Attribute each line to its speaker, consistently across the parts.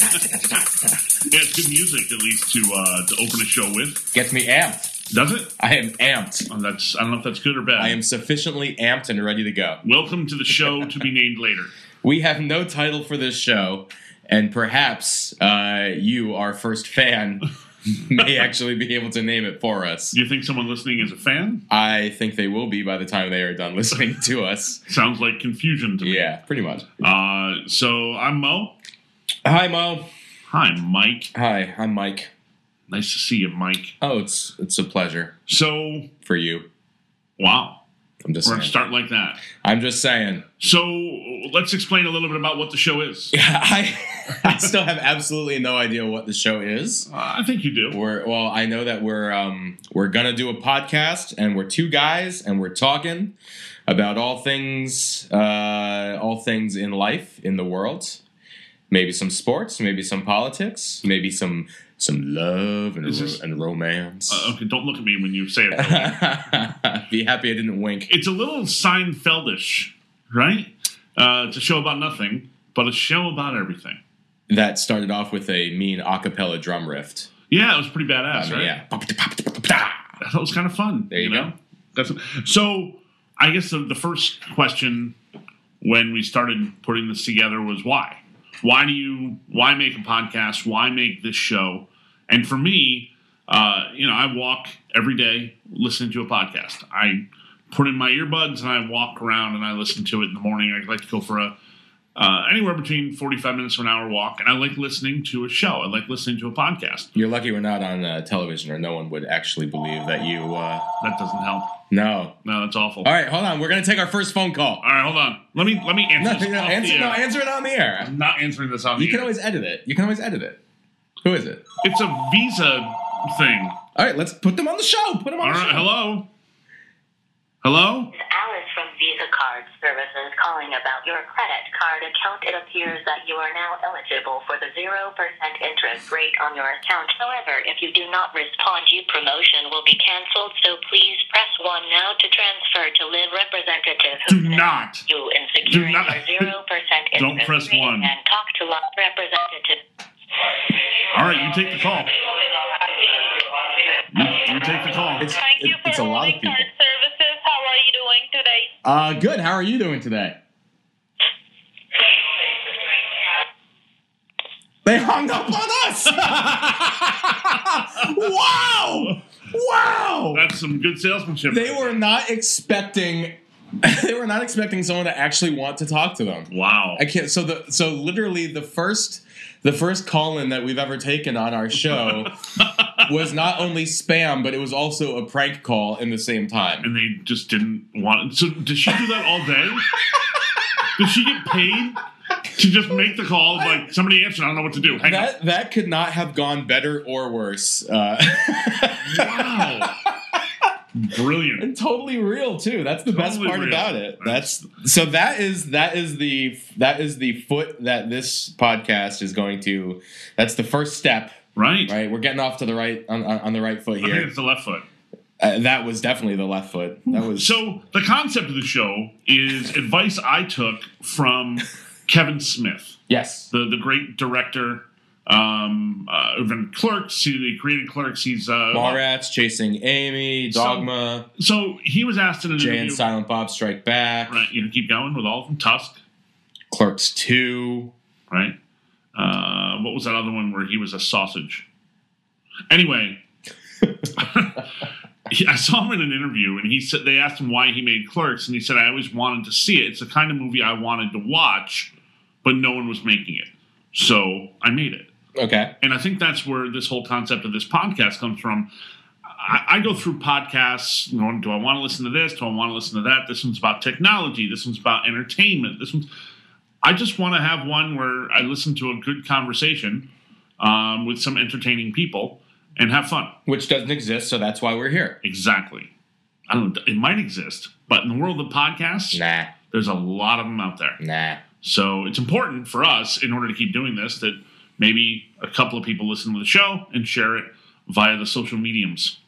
Speaker 1: Yeah, it's good music, at least to uh, to open a show with.
Speaker 2: Gets me amped.
Speaker 1: Does it?
Speaker 2: I am amped.
Speaker 1: Oh, that's I don't know if that's good or bad.
Speaker 2: I am sufficiently amped and ready to go.
Speaker 1: Welcome to the show to be named later.
Speaker 2: We have no title for this show, and perhaps uh, you, our first fan, may actually be able to name it for us.
Speaker 1: Do you think someone listening is a fan?
Speaker 2: I think they will be by the time they are done listening to us.
Speaker 1: Sounds like confusion to me.
Speaker 2: Yeah, pretty much.
Speaker 1: Uh, so I'm Mo.
Speaker 2: Hi, Mo.
Speaker 1: Hi, Mike.
Speaker 2: Hi, I'm Mike.
Speaker 1: Nice to see you, Mike.
Speaker 2: Oh, it's it's a pleasure
Speaker 1: So
Speaker 2: for you.
Speaker 1: wow,
Speaker 2: I'm just
Speaker 1: we're gonna
Speaker 2: saying.
Speaker 1: start like that.
Speaker 2: I'm just saying.
Speaker 1: So let's explain a little bit about what the show is.
Speaker 2: Yeah, I I still have absolutely no idea what the show is.
Speaker 1: Uh, I think you do.
Speaker 2: We're well, I know that we're um we're gonna do a podcast and we're two guys and we're talking about all things uh all things in life, in the world. Maybe some sports, maybe some politics, maybe some some love and,
Speaker 1: Is
Speaker 2: ro-
Speaker 1: this-
Speaker 2: and romance.
Speaker 1: Uh, okay, don't look at me when you say it. that way.
Speaker 2: Be happy I didn't wink.
Speaker 1: it's a little Seinfeldish, right? Uh, it's a show about nothing, but a show about everything.
Speaker 2: That started off with a mean a cappella drum riff. Um,
Speaker 1: Yeah, it was pretty
Speaker 2: I
Speaker 1: badass,
Speaker 2: mean,
Speaker 1: right?
Speaker 2: Yeah.
Speaker 1: that was kind of fun.
Speaker 2: There you go.
Speaker 1: That's so. I guess the, the first question when we started putting this together was why? Why do you? Why make a podcast? Why make this show? And for me, uh, you know, I walk every day listening to a podcast. I put in my earbuds and I walk around and I listen to it in the morning. I like to go for a uh, anywhere between forty-five minutes to an hour walk, and I like listening to a show. I like listening to a podcast.
Speaker 2: You're lucky we're not on uh, television, or no one would actually believe that you. Uh,
Speaker 1: That doesn't help.
Speaker 2: no.
Speaker 1: No, that's awful.
Speaker 2: All right, hold on. We're gonna take our first phone call.
Speaker 1: All right, hold on. Let me let me
Speaker 2: No,
Speaker 1: answer. this
Speaker 2: no,
Speaker 1: off
Speaker 2: answer,
Speaker 1: the
Speaker 2: no,
Speaker 1: air.
Speaker 2: answer it on the air.
Speaker 1: I'm not answering this on
Speaker 2: You
Speaker 1: the
Speaker 2: can
Speaker 1: air.
Speaker 2: always edit it. You can always edit it. Who is it?
Speaker 1: It's a Visa thing.
Speaker 2: All right, let's put them on the show. Put them on
Speaker 1: All
Speaker 2: the
Speaker 1: right,
Speaker 2: show.
Speaker 1: hello, hello.
Speaker 3: Alice from Visa Card Services calling about your credit card account. It appears that you are now eligible for the 0% interest rate on your account. However, if you do not respond, your promotion will be canceled, so please press 1 now to transfer to live representative. who
Speaker 1: Do
Speaker 3: can
Speaker 1: not.
Speaker 3: assist You in securing
Speaker 1: not-
Speaker 3: your 0% interest
Speaker 1: Don't press
Speaker 3: rate
Speaker 1: one.
Speaker 3: And talk to live representative.
Speaker 1: All right, you take the call. You, you take the call.
Speaker 2: It's,
Speaker 4: Thank you
Speaker 2: it-
Speaker 4: for
Speaker 2: it's a lot
Speaker 4: holding
Speaker 2: of people.
Speaker 4: card services. How are you doing today?
Speaker 2: Uh, good. How are you doing today? They hung up on us. wow! Wow!
Speaker 1: That's some good salesmanship.
Speaker 2: they were not expecting they were not expecting someone to actually want to talk to them
Speaker 1: Wow.
Speaker 2: i can't so the so literally the first the first call in that we've ever taken on our show was not only spam but it was also a prank call in the same time
Speaker 1: And they just didn't want. So does she do that all day? does she get paid to just make the call? Like somebody answered. I don't know what to do. Hang
Speaker 2: that that could not have gone better or worse uh,
Speaker 1: up. Wow. Brilliant.
Speaker 2: and totally real too that's the best
Speaker 1: Totally
Speaker 2: part
Speaker 1: real.
Speaker 2: about it that's so that is that is the that is the foot that this podcast is going to that's the first step
Speaker 1: Right.
Speaker 2: Right, we're getting off to the right on, on, on the right foot
Speaker 1: I think
Speaker 2: here.
Speaker 1: it's the left foot.
Speaker 2: Uh, that was definitely the left foot. That was
Speaker 1: So the concept of the show is advice I took from Kevin Smith,
Speaker 2: yes,
Speaker 1: the the great director, um, uh, even Clerks. He he created Clerks. He's uh,
Speaker 2: Mallrats chasing Amy,
Speaker 1: So-
Speaker 2: Dogma,
Speaker 1: so he was asked in an
Speaker 2: Jay and
Speaker 1: interview.
Speaker 2: Silent Bob Strike Back,
Speaker 1: Right, you know, keep going with all of them. Tusk,
Speaker 2: Clerks Two.
Speaker 1: right? Uh, what was that other one where he was a sausage? Anyway, he- I saw him in an interview, and he said they asked him why he made Clerks, and he said I always wanted to see it. It's the kind of movie I wanted to watch, but no one was making it, so I made it.
Speaker 2: Okay,
Speaker 1: And I think that's where this whole concept of this podcast comes from. I, I go through podcasts. You know, do I want to listen to this? Do I want to listen to that? This one's about technology. This one's about entertainment. This one's. I just want to have one where I listen to a good conversation um, with some entertaining people and have fun.
Speaker 2: which doesn't exist, so that's why we're here.
Speaker 1: Exactly. I don't. It might exist, but in the world of podcasts,
Speaker 2: Nah,
Speaker 1: there's a lot of them out there.
Speaker 2: nah.
Speaker 1: So it's important for us in order to keep doing this that maybe a couple of people listen to the show and share it via the social mediums.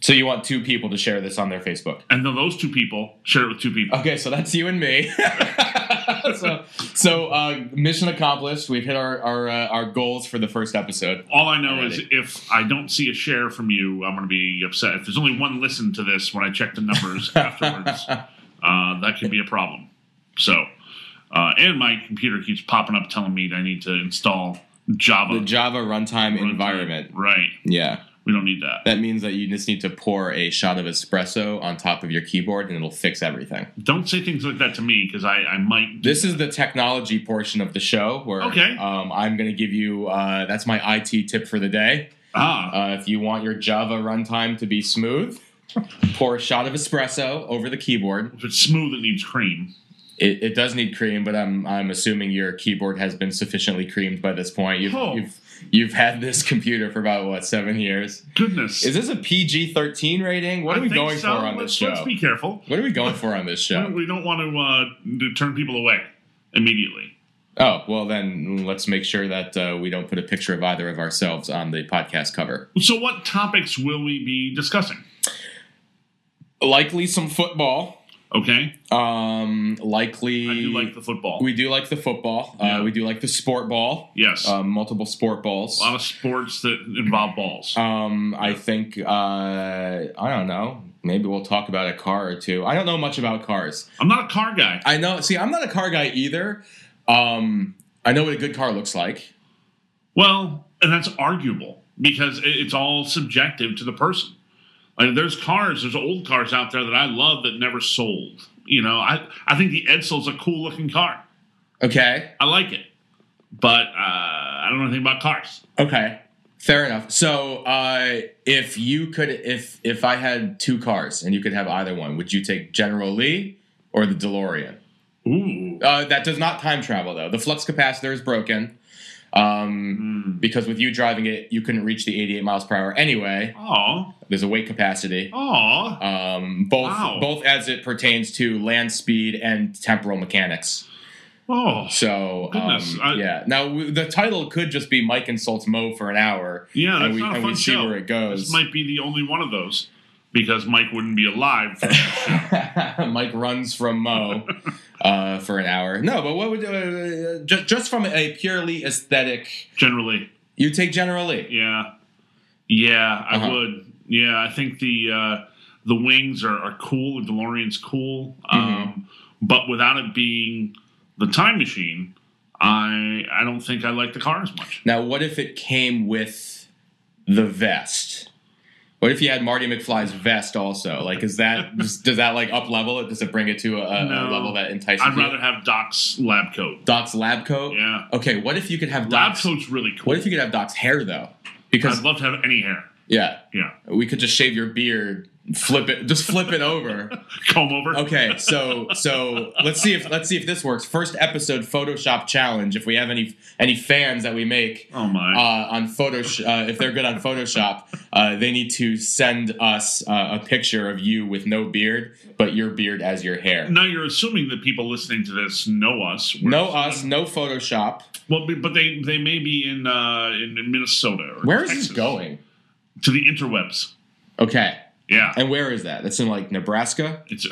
Speaker 2: So you want two people to share this on their Facebook?
Speaker 1: And then those two people share it with two people.
Speaker 2: Okay, so that's you and me. so, so uh, mission accomplished. We've hit our our, uh, our goals for the first episode.
Speaker 1: All I know is
Speaker 2: Alrighty.
Speaker 1: if I don't see a share from you, I'm going to be upset. If there's only one listen to this when I check the numbers afterwards, uh, that could be a problem. So, uh, and my computer keeps popping up telling me that I need to install Java
Speaker 2: The Java runtime environment.
Speaker 1: Right.
Speaker 2: Yeah,
Speaker 1: We don't need that.
Speaker 2: that means that you just need to pour a shot of espresso on top of your keyboard, and it'll fix everything.
Speaker 1: Don't say things like that to me because I, I might.
Speaker 2: This is the technology portion of the show where
Speaker 1: Okay.
Speaker 2: um, I'm going to give you. Uh, that's my IT tip for the day.
Speaker 1: ah,
Speaker 2: Uh, if you want your Java runtime to be smooth, pour a shot of espresso over the keyboard.
Speaker 1: if it's smooth, it needs cream.
Speaker 2: It, it does need cream, but I'm I'm assuming your keyboard has been sufficiently creamed by this point. You've
Speaker 1: Oh.
Speaker 2: you've, you've had this computer for about what seven years.
Speaker 1: Goodness.
Speaker 2: Is this a PG-13 rating? What are
Speaker 1: I
Speaker 2: we
Speaker 1: think
Speaker 2: going
Speaker 1: so.
Speaker 2: for on
Speaker 1: let's,
Speaker 2: this show?
Speaker 1: Let's be careful.
Speaker 2: what are we going for on this
Speaker 1: We-
Speaker 2: show?
Speaker 1: We don't want to, uh, to turn people away immediately.
Speaker 2: Oh well, then let's make sure that uh, we don't put a picture of either of ourselves on the podcast cover.
Speaker 1: So, what topics will we be discussing?
Speaker 2: Likely some football.
Speaker 1: Okay,
Speaker 2: Um, likely
Speaker 1: I do like the football.
Speaker 2: We do like the football.
Speaker 1: Yeah.
Speaker 2: Uh, we do like the sport ball.
Speaker 1: yes,
Speaker 2: Uh, multiple sport balls.
Speaker 1: a lot of sports that involve balls.
Speaker 2: Um, I think uh, I don't know. Maybe we'll talk about a car or two. I don't know much about cars.
Speaker 1: I'm not a car guy.
Speaker 2: I know. See, I'm not a car guy either. Um, I know what a good car looks like.
Speaker 1: Well, and that's arguable because it- it's all subjective to the person. Like there's cars, there's old cars out there that I love that never sold. You know, I I think the Edsel's a cool looking car.
Speaker 2: Okay.
Speaker 1: I like it, but uh, I don't know anything about cars.
Speaker 2: Okay. Fair enough. So, uh, if you could, if if I had two cars and you could have either one, would you take General Lee or the DeLorean?
Speaker 1: Ooh,
Speaker 2: Uh, that does not time travel though. The flux capacitor is broken.
Speaker 1: Hmm.
Speaker 2: Um, because with you driving it, you couldn't reach the 88 miles per hour anyway.
Speaker 1: oh,
Speaker 2: There's a weight capacity.
Speaker 1: oh,
Speaker 2: Um, both
Speaker 1: Wow.
Speaker 2: both as it pertains to land speed and temporal mechanics.
Speaker 1: oh,
Speaker 2: So um,
Speaker 1: Goodness, I-
Speaker 2: yeah. Now w- the title could just be Mike insults Mo for an hour.
Speaker 1: yeah. That's
Speaker 2: and we,
Speaker 1: not a
Speaker 2: and
Speaker 1: fun
Speaker 2: we see
Speaker 1: show.
Speaker 2: where it goes.
Speaker 1: This might be the only one of those because Mike wouldn't be alive. For
Speaker 2: Mike runs from Mo uh, for an hour. No, but what would uh, just just from a purely aesthetic,
Speaker 1: generally,
Speaker 2: you take generally.
Speaker 1: yeah, yeah, I
Speaker 2: Uh-huh.
Speaker 1: would. Yeah, I think the uh, the wings are, are cool. The DeLorean's cool,
Speaker 2: Mm-hmm.
Speaker 1: um, but without it being the time machine, I I don't think I like the car as much.
Speaker 2: Now, what if it came with the vest? What if you had Marty McFly's vest also? Like, is that does, does that like up level it? Does it bring it to a, a
Speaker 1: No.
Speaker 2: level that entices
Speaker 1: I'd
Speaker 2: you?
Speaker 1: rather have Doc's lab coat.
Speaker 2: Doc's lab coat.
Speaker 1: Yeah,
Speaker 2: Okay, what if you could have
Speaker 1: lab
Speaker 2: Doc's?
Speaker 1: coat's really cool.
Speaker 2: What if you could have Doc's hair though? Because
Speaker 1: I'd love to have any hair.
Speaker 2: yeah,
Speaker 1: Yeah,
Speaker 2: we could just shave your beard, flip it, just flip it over.
Speaker 1: comb over.
Speaker 2: Okay, so so let's see if let's see if this works. First episode Photoshop challenge. If we have any any fans that we make,
Speaker 1: Oh my.
Speaker 2: uh, on Photoshop, uh, if they're good on Photoshop, uh, they need to send us uh, a picture of you with no beard, but your beard as your hair.
Speaker 1: now you're assuming that people listening to this know us. We're-
Speaker 2: No us, no Photoshop.
Speaker 1: Well, but- but they they may be in uh, in in Minnesota. Or
Speaker 2: Where is
Speaker 1: Texas.
Speaker 2: this going?
Speaker 1: To the interwebs.
Speaker 2: Okay,
Speaker 1: Yeah,
Speaker 2: and where is that? That's in like Nebraska.
Speaker 1: it's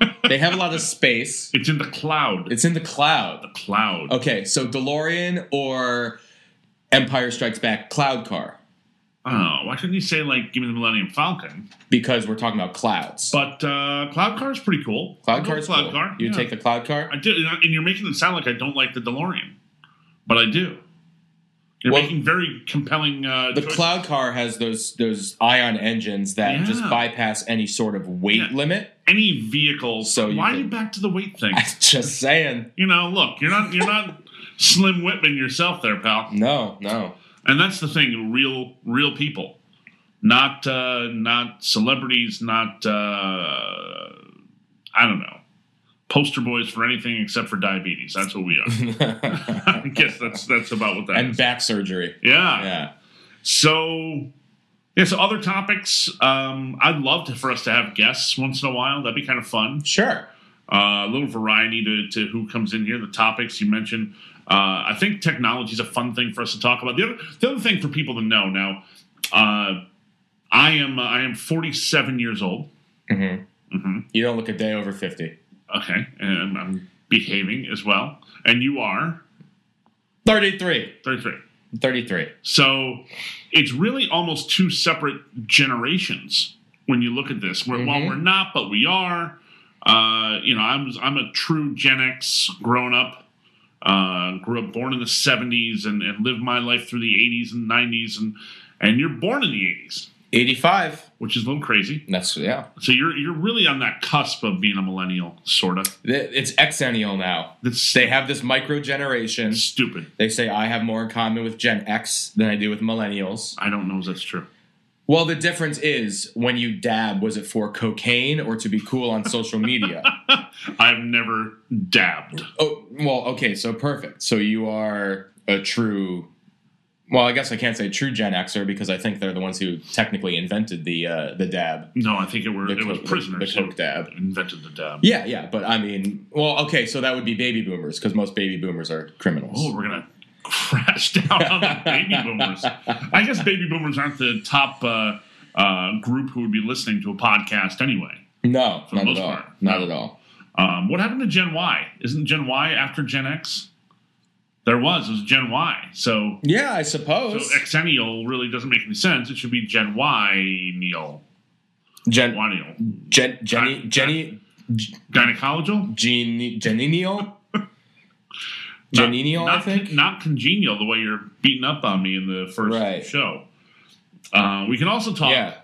Speaker 2: They have a lot of space.
Speaker 1: it's in the cloud.
Speaker 2: It's in the cloud.
Speaker 1: cloud.
Speaker 2: Okay, so DeLorean or Empire Strikes Back cloud car
Speaker 1: Oh, why couldn't you say like give me the Millennium Falcon?
Speaker 2: because we're talking about clouds.
Speaker 1: But uh, cloud car's pretty cool. I'll
Speaker 2: Cloud
Speaker 1: go with
Speaker 2: car's
Speaker 1: cloud
Speaker 2: cool.
Speaker 1: car.
Speaker 2: You
Speaker 1: yeah.
Speaker 2: take the cloud car.
Speaker 1: I do, and you're making it sound like I don't like the DeLorean, but I do. You're
Speaker 2: Well,
Speaker 1: making very compelling. Uh,
Speaker 2: the
Speaker 1: choices.
Speaker 2: cloud car has those those ion engines that
Speaker 1: Yeah.
Speaker 2: just bypass any sort of weight
Speaker 1: Yeah.
Speaker 2: limit.
Speaker 1: Any vehicle.
Speaker 2: So you
Speaker 1: why
Speaker 2: can-
Speaker 1: are you back to the weight thing?
Speaker 2: just saying.
Speaker 1: you know, look, you're not you're not Slim Whitman yourself, there, pal.
Speaker 2: No, no.
Speaker 1: And that's the thing, real real people, not uh, not celebrities, not uh, I don't know, poster boys for anything except for diabetes. That's what we are.
Speaker 2: and
Speaker 1: I guess that's that's about what that is.
Speaker 2: back surgery.
Speaker 1: Yeah.
Speaker 2: Yeah.
Speaker 1: So yeah, so other topics. Um, I'd love to, for us to have guests once in a while. That'd be kind of fun.
Speaker 2: Sure.
Speaker 1: Uh, a little variety to, to who comes in here. The topics you mentioned. Uh, I think technology is a fun thing for us to talk about. The other, the other thing for people to know now, uh, I am uh, I am 47 years old.
Speaker 2: Mm-hmm.
Speaker 1: hmm
Speaker 2: You don't look a day over 50.
Speaker 1: Okay, and I'm behaving as well. And you are
Speaker 2: 33.
Speaker 1: 33.
Speaker 2: 33.
Speaker 1: So it's really almost two separate generations when you look at this. We're, Well,
Speaker 2: Mhm.
Speaker 1: we're not, but we are. Uh, you know, I'm I'm a true Gen X grown up. Uh, grew up born in the 70s and, and lived my life through the 80s and 90s and and you're born in the 80s,
Speaker 2: 85.
Speaker 1: which is a little crazy.
Speaker 2: That's, yeah.
Speaker 1: So you're you're really on that cusp of being a millennial, sort of.
Speaker 2: Th- It's exennial now.
Speaker 1: That's
Speaker 2: They have this micro generation.
Speaker 1: stupid.
Speaker 2: They say I have more in common with Gen X than I do with millennials.
Speaker 1: I don't know if that's true.
Speaker 2: Well, the difference is when you dab, was it for cocaine or to be cool on social media?
Speaker 1: I've never dabbed.
Speaker 2: oh, well, okay, so perfect. So you are a true. Well, I guess I can't say true Gen Xer because I think they're the ones who technically invented the uh, the dab.
Speaker 1: No, I think it were
Speaker 2: The
Speaker 1: it was
Speaker 2: Coke-
Speaker 1: prisoners
Speaker 2: the
Speaker 1: who
Speaker 2: Coke dab.
Speaker 1: invented the dab.
Speaker 2: Yeah, yeah, but I mean, well, okay, so that would be baby boomers because most baby boomers are criminals.
Speaker 1: Oh, we're gonna crash down on the baby boomers. I guess baby boomers aren't the top uh, uh, group who would be listening to a podcast anyway.
Speaker 2: no,
Speaker 1: For the
Speaker 2: not at
Speaker 1: most
Speaker 2: all.
Speaker 1: part,
Speaker 2: Not
Speaker 1: no.
Speaker 2: at all.
Speaker 1: Um, what happened to Gen Y? Isn't Gen Y after Gen X? There was it was Gen Y. So
Speaker 2: Yeah, I
Speaker 1: so
Speaker 2: suppose.
Speaker 1: Xennial really doesn't make any sense. It should be Gen Y Neil.
Speaker 2: Gen,
Speaker 1: Guanial.
Speaker 2: Gen, Jenny, Jenny,
Speaker 1: Gynecological?
Speaker 2: Gene, Geninio, Geninio,
Speaker 1: not,
Speaker 2: I think.
Speaker 1: Not congenial the way you're beating up on me in the first
Speaker 2: Right.
Speaker 1: show. Uh, we can also talk
Speaker 2: Yeah,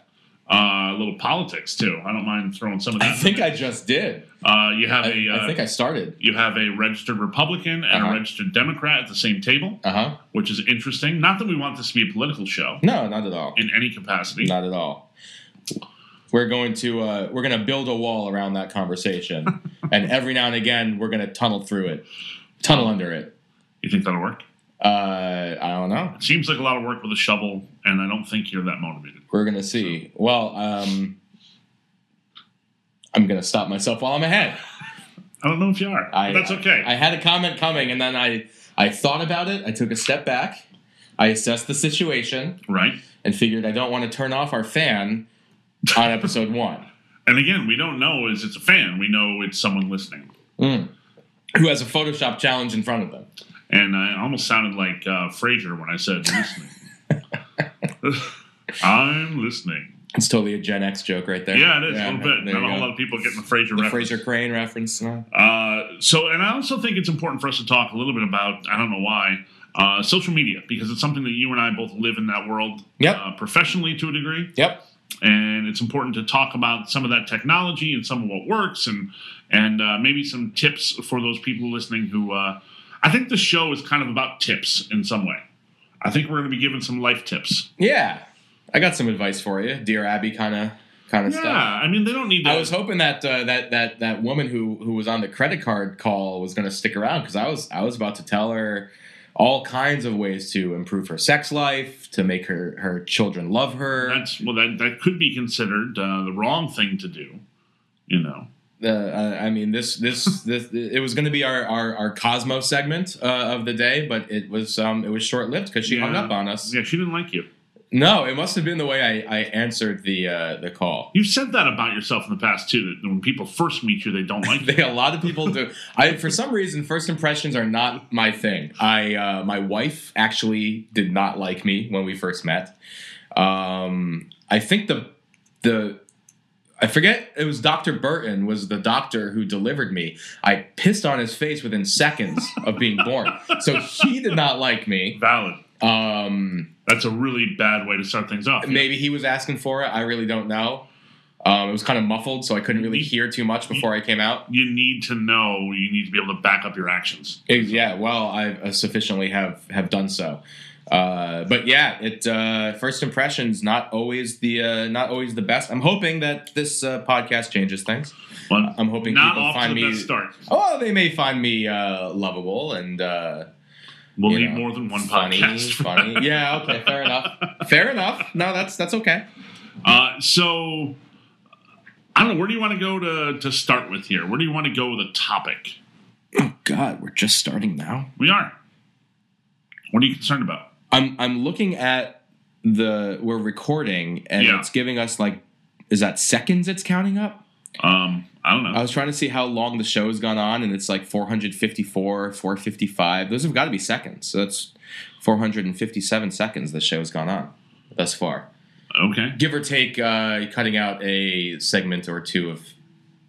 Speaker 1: uh, a little politics too. I don't mind throwing some of that.
Speaker 2: I think I just did.
Speaker 1: uh, you have
Speaker 2: I,
Speaker 1: a
Speaker 2: I
Speaker 1: uh,
Speaker 2: think I started.
Speaker 1: you have a registered Republican and
Speaker 2: Uh-huh.
Speaker 1: a registered Democrat at the same table,
Speaker 2: Uh huh.
Speaker 1: which is interesting. Not that we want this to be a political show
Speaker 2: No, not at all.
Speaker 1: in any capacity.
Speaker 2: Not at all. We're going to uh, we're going to build a wall around that conversation, and every now and again we're going to tunnel through it, tunnel under it.
Speaker 1: You think that'll work?
Speaker 2: Uh, I don't know.
Speaker 1: It seems like a lot of work with a shovel, and I don't think you're that motivated.
Speaker 2: We're going to see. Well, um, I'm going to stop myself while I'm ahead.
Speaker 1: I don't know if you are.
Speaker 2: I,
Speaker 1: but that's okay.
Speaker 2: I, I had a comment coming, and then I I thought about it. I took a step back. I assessed the situation
Speaker 1: right?
Speaker 2: and figured I don't want to turn off our fan on episode one.
Speaker 1: And again, we don't know is it's a fan. We know it's someone listening.
Speaker 2: Mm. Who has a Photoshop challenge in front of them?
Speaker 1: And I almost sounded like uh, Frasier when I said listening. I'm listening.
Speaker 2: It's totally a Gen X joke right there.
Speaker 1: Yeah, it is a little bit.
Speaker 2: there
Speaker 1: Not a
Speaker 2: you
Speaker 1: whole
Speaker 2: go.
Speaker 1: lot of people getting the Frasier
Speaker 2: The
Speaker 1: reference.
Speaker 2: Fraser Crane reference. no?
Speaker 1: Uh, so, and I also think it's important for us to talk a little bit about, I don't know why, uh, social media, because it's something that you and I both live in that world
Speaker 2: Yep.
Speaker 1: uh, professionally to a degree.
Speaker 2: Yep.
Speaker 1: And it's important to talk about some of that technology and some of what works and, and uh, maybe some tips for those people listening who uh, I think the show is kind of about tips in some way. I think we're going to be giving some life tips.
Speaker 2: Yeah. I got some advice for you, dear Abby, kind of kind of
Speaker 1: Yeah,
Speaker 2: stuff.
Speaker 1: I mean, they don't need that.
Speaker 2: I was hoping that uh, that that that woman who who was on the credit card call was going to stick around because I was I was about to tell her all kinds of ways to improve her sex life, to make her her children love her.
Speaker 1: that's well, that, that could be considered uh, the wrong thing to do, you know.
Speaker 2: Uh, I I mean, this this this it was going to be our our, our Cosmo segment uh, of the day, but it was um it was short lived because she hung
Speaker 1: Yeah.
Speaker 2: up on us.
Speaker 1: Yeah, she didn't like you.
Speaker 2: No, it must have been the way I, I answered the uh, the call.
Speaker 1: You've said that about yourself in the past too. That when people first meet you, they don't like you.
Speaker 2: They, a lot of people do. I for some reason first impressions are not my thing. I uh, my wife actually did not like me when we first met. Um, I think the the I forget it was Dr. Burton was the doctor who delivered me. I pissed on his face within seconds of being born. So he did not like me.
Speaker 1: Valid.
Speaker 2: Um,
Speaker 1: That's a really bad way to start things off.
Speaker 2: maybe he was asking for it. I really don't know. Um, it was kind of muffled, so I couldn't really hear too much before I came out.
Speaker 1: You need to know. You need to be able to back up your actions.
Speaker 2: Ex- yeah, well, I uh, sufficiently have have done so. Uh, but yeah, it uh, first impressions not always the uh, not always the best. I'm hoping that this uh, podcast changes things.
Speaker 1: But
Speaker 2: I'm hoping
Speaker 1: not
Speaker 2: people
Speaker 1: off
Speaker 2: find
Speaker 1: to the
Speaker 2: me.
Speaker 1: best start.
Speaker 2: Oh, they may find me uh, lovable and uh,
Speaker 1: We'll
Speaker 2: you
Speaker 1: need
Speaker 2: know,
Speaker 1: more than one
Speaker 2: funny,
Speaker 1: podcast. for
Speaker 2: funny. Yeah, okay, fair enough. Fair enough. No, that's that's okay.
Speaker 1: Uh, so I don't know. Where do you want to go to to start with here? Where do you want to go with a topic?
Speaker 2: God, we're just starting now.
Speaker 1: We are. What are you concerned about?
Speaker 2: I'm I'm looking at the we're recording and
Speaker 1: Yeah.
Speaker 2: it's giving us like is that seconds it's counting up?
Speaker 1: Um, I don't know.
Speaker 2: I was trying to see how long the show's gone on and it's like 454, 455. Those have got to be seconds. So that's 457 seconds the show's gone on thus far.
Speaker 1: okay.
Speaker 2: Give or take uh, cutting out a segment or two of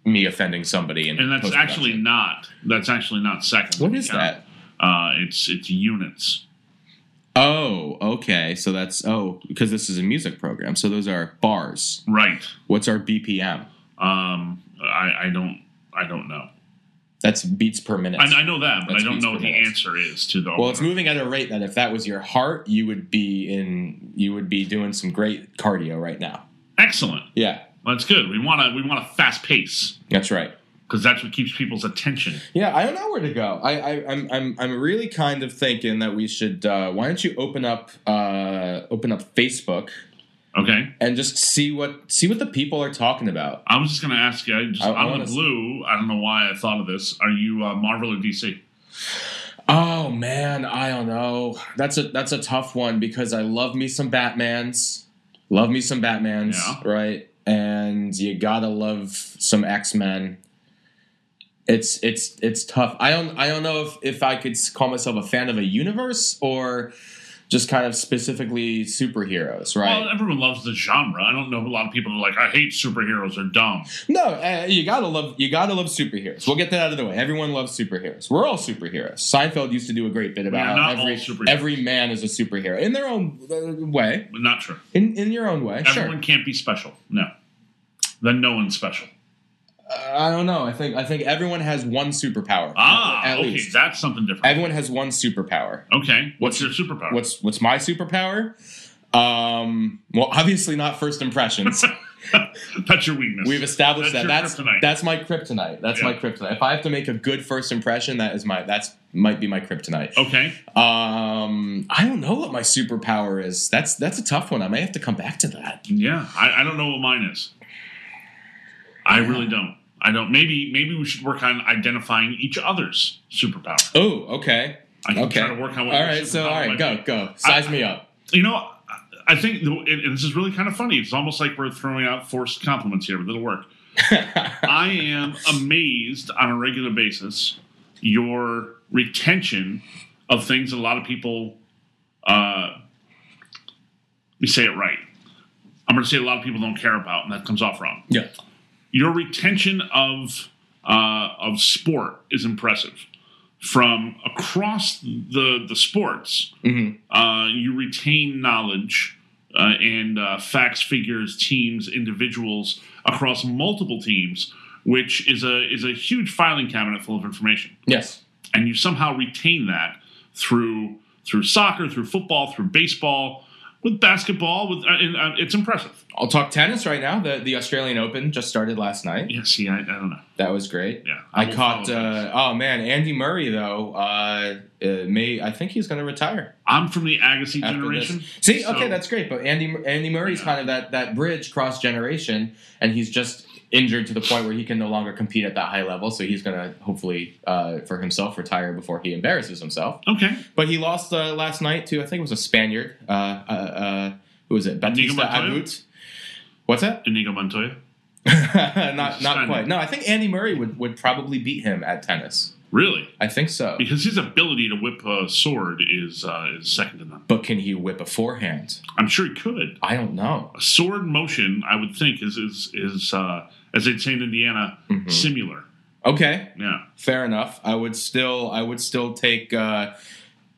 Speaker 2: me offending somebody and
Speaker 1: And that's actually not. That's actually not seconds.
Speaker 2: What is that?
Speaker 1: Uh, it's it's units.
Speaker 2: Oh, okay. So that's oh, because this is a music program. So those are bars.
Speaker 1: Right.
Speaker 2: What's our BPM?
Speaker 1: Um, I, I don't. I don't know.
Speaker 2: That's beats per minute.
Speaker 1: I, I know that, but
Speaker 2: That's
Speaker 1: I don't
Speaker 2: beats
Speaker 1: know
Speaker 2: per
Speaker 1: what the
Speaker 2: minute.
Speaker 1: answer is to the.
Speaker 2: Well, it's moving at a rate that if that was your heart, you would be in you would be doing some great cardio right now.
Speaker 1: excellent.
Speaker 2: Yeah,
Speaker 1: Well, that's good. We want to. We want a fast pace
Speaker 2: that's right.
Speaker 1: because that's what keeps people's attention.
Speaker 2: Yeah, I don't know where to go. I, I I'm I'm I'm really kind of thinking that we should uh, why don't you open up uh, open up Facebook
Speaker 1: Okay.
Speaker 2: and just see what see what the people are talking about.
Speaker 1: I was just going to ask you. I just,
Speaker 2: I- I
Speaker 1: out
Speaker 2: wanna
Speaker 1: of the
Speaker 2: s-
Speaker 1: blue, I don't know why I thought of this. Are you uh, Marvel or DC?
Speaker 2: Oh man, I don't know. That's a that's a tough one because I love me some Batmans. Love me some Batmans,
Speaker 1: Yeah.
Speaker 2: right? And you gotta love some X Men. It's it's it's tough. I don't I don't know if if I could s- call myself a fan of a universe or just kind of specifically superheroes, right?
Speaker 1: Well, everyone loves the genre. I don't know a lot of people that are like, I hate superheroes. They're dumb.
Speaker 2: no, uh, you gotta love you gotta love superheroes. We'll get that out of the way. Everyone loves superheroes. We're all superheroes. Seinfeld used to do a great bit
Speaker 1: We are
Speaker 2: about how
Speaker 1: not all
Speaker 2: every
Speaker 1: superheroes.
Speaker 2: every man is a superhero in their own uh, way.
Speaker 1: But not true.
Speaker 2: In in your own way,
Speaker 1: Everyone can't be special. No. Then no one's special.
Speaker 2: sure. Uh, I don't know. I think I think everyone has one superpower.
Speaker 1: Ah,
Speaker 2: at
Speaker 1: okay.
Speaker 2: least
Speaker 1: That's something different.
Speaker 2: everyone has one superpower.
Speaker 1: okay. What's, your superpower?
Speaker 2: What's what's my superpower? Um, well, obviously not first impressions.
Speaker 1: that's your weakness.
Speaker 2: We've established
Speaker 1: That's
Speaker 2: that.
Speaker 1: your
Speaker 2: That's
Speaker 1: kryptonite.
Speaker 2: that's my kryptonite. That's my
Speaker 1: Yeah.
Speaker 2: kryptonite. If I have to make a good first impression, that is my that's might be my kryptonite.
Speaker 1: okay.
Speaker 2: Um, I don't know what my superpower is. That's that's a tough one. I may have to come back to that.
Speaker 1: Yeah. I, I don't know what mine is. I really don't. I don't. Maybe maybe we should work on identifying each other's superpower.
Speaker 2: Oh, okay,
Speaker 1: I can
Speaker 2: okay.
Speaker 1: try to work on what
Speaker 2: all
Speaker 1: your
Speaker 2: right, so
Speaker 1: superpower
Speaker 2: all
Speaker 1: might be.
Speaker 2: right, go go. Size
Speaker 1: I-
Speaker 2: me up.
Speaker 1: you know, I- I think, the, and and this is really kind of funny. It's almost like we're throwing out forced compliments here, but it'll work. I am amazed on a regular basis your retention of things that a lot of people, uh, let me say it right. I'm going to say a lot of people don't care about, and that comes off wrong.
Speaker 2: yeah.
Speaker 1: Your retention of uh, of sport is impressive. From across the the sports,
Speaker 2: hmm
Speaker 1: uh, you retain knowledge uh, and uh, facts, figures, teams, individuals across multiple teams, which is a is a huge filing cabinet full of information.
Speaker 2: Yes.
Speaker 1: And you somehow retain that through through soccer, through football, through baseball, with basketball. With uh, and, uh, it's impressive.
Speaker 2: I'll talk tennis right now. The the Australian Open just started last night.
Speaker 1: Yeah. See, I, I don't know.
Speaker 2: That was great.
Speaker 1: Yeah,
Speaker 2: I,
Speaker 1: will follow
Speaker 2: caught
Speaker 1: this.
Speaker 2: uh, oh man, Andy Murray though. Uh, uh may I think he's going to retire
Speaker 1: I'm from the Agassi
Speaker 2: after
Speaker 1: generation.
Speaker 2: this. See,
Speaker 1: so-
Speaker 2: okay, that's great, but Andy Andy Murray's
Speaker 1: Yeah.
Speaker 2: kind of that that bridge cross generation and he's just injured to the point where he can no longer compete at that high level, so he's going to hopefully uh, for himself retire before he embarrasses himself.
Speaker 1: okay.
Speaker 2: But he lost uh, last night to I think it was a Spaniard. Uh, uh, uh, who was it? Batista
Speaker 1: Montoya?
Speaker 2: Agut. What's that?
Speaker 1: Inigo Montoya.
Speaker 2: not not
Speaker 1: Spaniard.
Speaker 2: quite. No, I think Andy Murray would, would probably beat him at tennis.
Speaker 1: Really?
Speaker 2: I think so.
Speaker 1: Because his ability to whip a sword is uh, is second to none.
Speaker 2: But can he whip a forehand?
Speaker 1: I'm sure he could.
Speaker 2: I don't know.
Speaker 1: a sword motion, I would think, is is is uh, as they'd say in Indiana,
Speaker 2: Mhm.
Speaker 1: similar.
Speaker 2: Okay,
Speaker 1: Yeah,
Speaker 2: fair enough. I would still I would still take uh,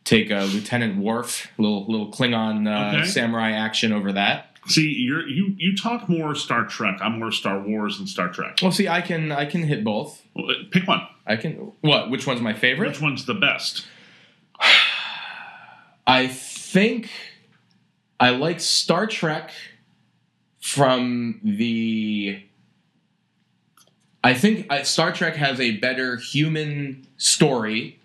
Speaker 2: take uh, Lieutenant Worf, little little Klingon uh,
Speaker 1: Okay.
Speaker 2: samurai action over that.
Speaker 1: see, you're you you talk more Star Trek. I'm more Star Wars and Star Trek.
Speaker 2: Well, see, I can I can hit both.
Speaker 1: Well, uh, Pick one.
Speaker 2: I can what? Which one's my favorite?
Speaker 1: Which one's the best?
Speaker 2: I think I like Star Trek from the. I think I, Star Trek has a better human story.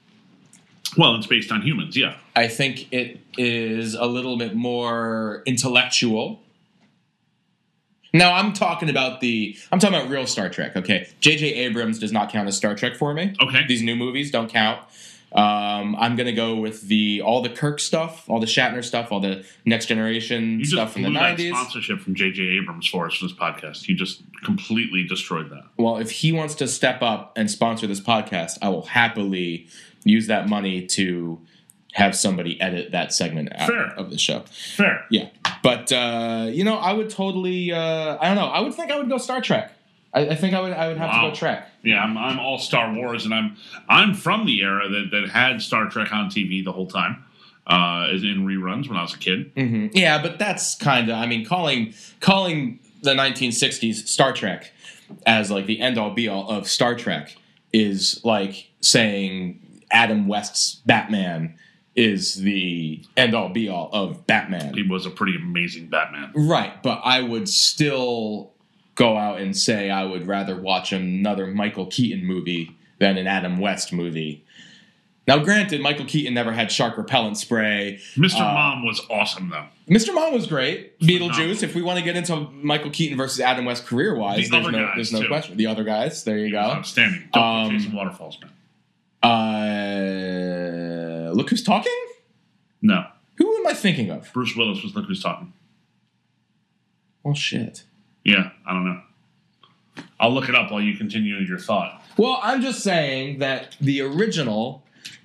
Speaker 1: Well, it's based on humans. Yeah,
Speaker 2: I think it is a little bit more intellectual. Now I'm talking about the I'm talking about real Star Trek. Okay, J.J. Abrams does not count as Star Trek for me.
Speaker 1: Okay.
Speaker 2: these new movies don't count. Um, I'm gonna go with the all the Kirk stuff, all the Shatner stuff, all the Next Generation
Speaker 1: You
Speaker 2: stuff
Speaker 1: just
Speaker 2: from the
Speaker 1: blew that
Speaker 2: '90s.
Speaker 1: sponsorship from J.J. Abrams for us for this podcast. You just completely destroyed that.
Speaker 2: Well, if he wants to step up and sponsor this podcast, I will happily use that money to have somebody edit that segment out
Speaker 1: Fair.
Speaker 2: of the show.
Speaker 1: Fair.
Speaker 2: Yeah, but uh, you know, I would totally. Uh, I don't know. I would think I would go Star Trek. I, I think I would. I would have to
Speaker 1: Wow.
Speaker 2: go Trek.
Speaker 1: Yeah, I'm, I'm all Star Wars, and I'm I'm from the era that, that had Star Trek on TV the whole time, uh, as in reruns when I was a kid.
Speaker 2: hmm Yeah, but that's kind of. I mean, calling calling the 1960s Star Trek as like the end all be all of Star Trek is like saying Adam West's Batman is the end all be all of Batman.
Speaker 1: He was a pretty amazing Batman.
Speaker 2: Right, but I would still go out and say I would rather watch another Michael Keaton movie than an Adam West movie. Now, granted, Michael Keaton never had shark repellent spray.
Speaker 1: Mr.
Speaker 2: Uh,
Speaker 1: Mom was awesome though.
Speaker 2: Mr. Mom was great.
Speaker 1: Phenomenal.
Speaker 2: Beetlejuice. If we want to get into Michael Keaton versus Adam West career wise,
Speaker 1: The
Speaker 2: there's
Speaker 1: other
Speaker 2: no,
Speaker 1: guys,
Speaker 2: there's no
Speaker 1: too.
Speaker 2: question. The other guys. There you
Speaker 1: He was
Speaker 2: go.
Speaker 1: outstanding. Don't
Speaker 2: Um,
Speaker 1: put Jason Waterfalls, man.
Speaker 2: Uh, look who's talking.
Speaker 1: No,
Speaker 2: Who am I thinking of?
Speaker 1: Bruce Willis was look who's talking.
Speaker 2: Well, shit.
Speaker 1: Yeah, I don't know. I'll look it up while you continue your thought.
Speaker 2: Well, I'm just saying that the original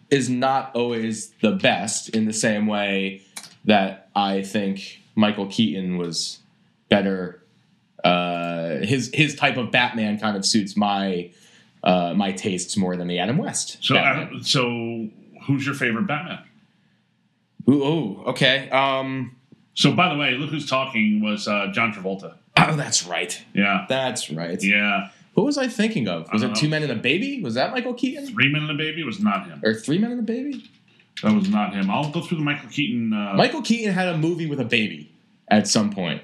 Speaker 2: is not always the best in the same way that I think Michael Keaton was better. Uh, his his type of Batman kind of suits my uh, my tastes more than the Adam West.
Speaker 1: So, uh,
Speaker 2: Batman.
Speaker 1: Adam, so who's your favorite Batman?
Speaker 2: Ooh, ooh, okay. Um,
Speaker 1: So, by the way, look who's talking was uh, John Travolta.
Speaker 2: oh, that's right.
Speaker 1: Yeah,
Speaker 2: That's right.
Speaker 1: yeah.
Speaker 2: Who was I thinking of? Was
Speaker 1: I
Speaker 2: it
Speaker 1: don't
Speaker 2: Two
Speaker 1: know.
Speaker 2: Men and a Baby? Was that Michael Keaton?
Speaker 1: Three Men and a Baby was not him.
Speaker 2: Or Three Men and a Baby?
Speaker 1: That was not him. I'll go through the Michael Keaton, uh,
Speaker 2: Michael Keaton had a movie with a baby at some point.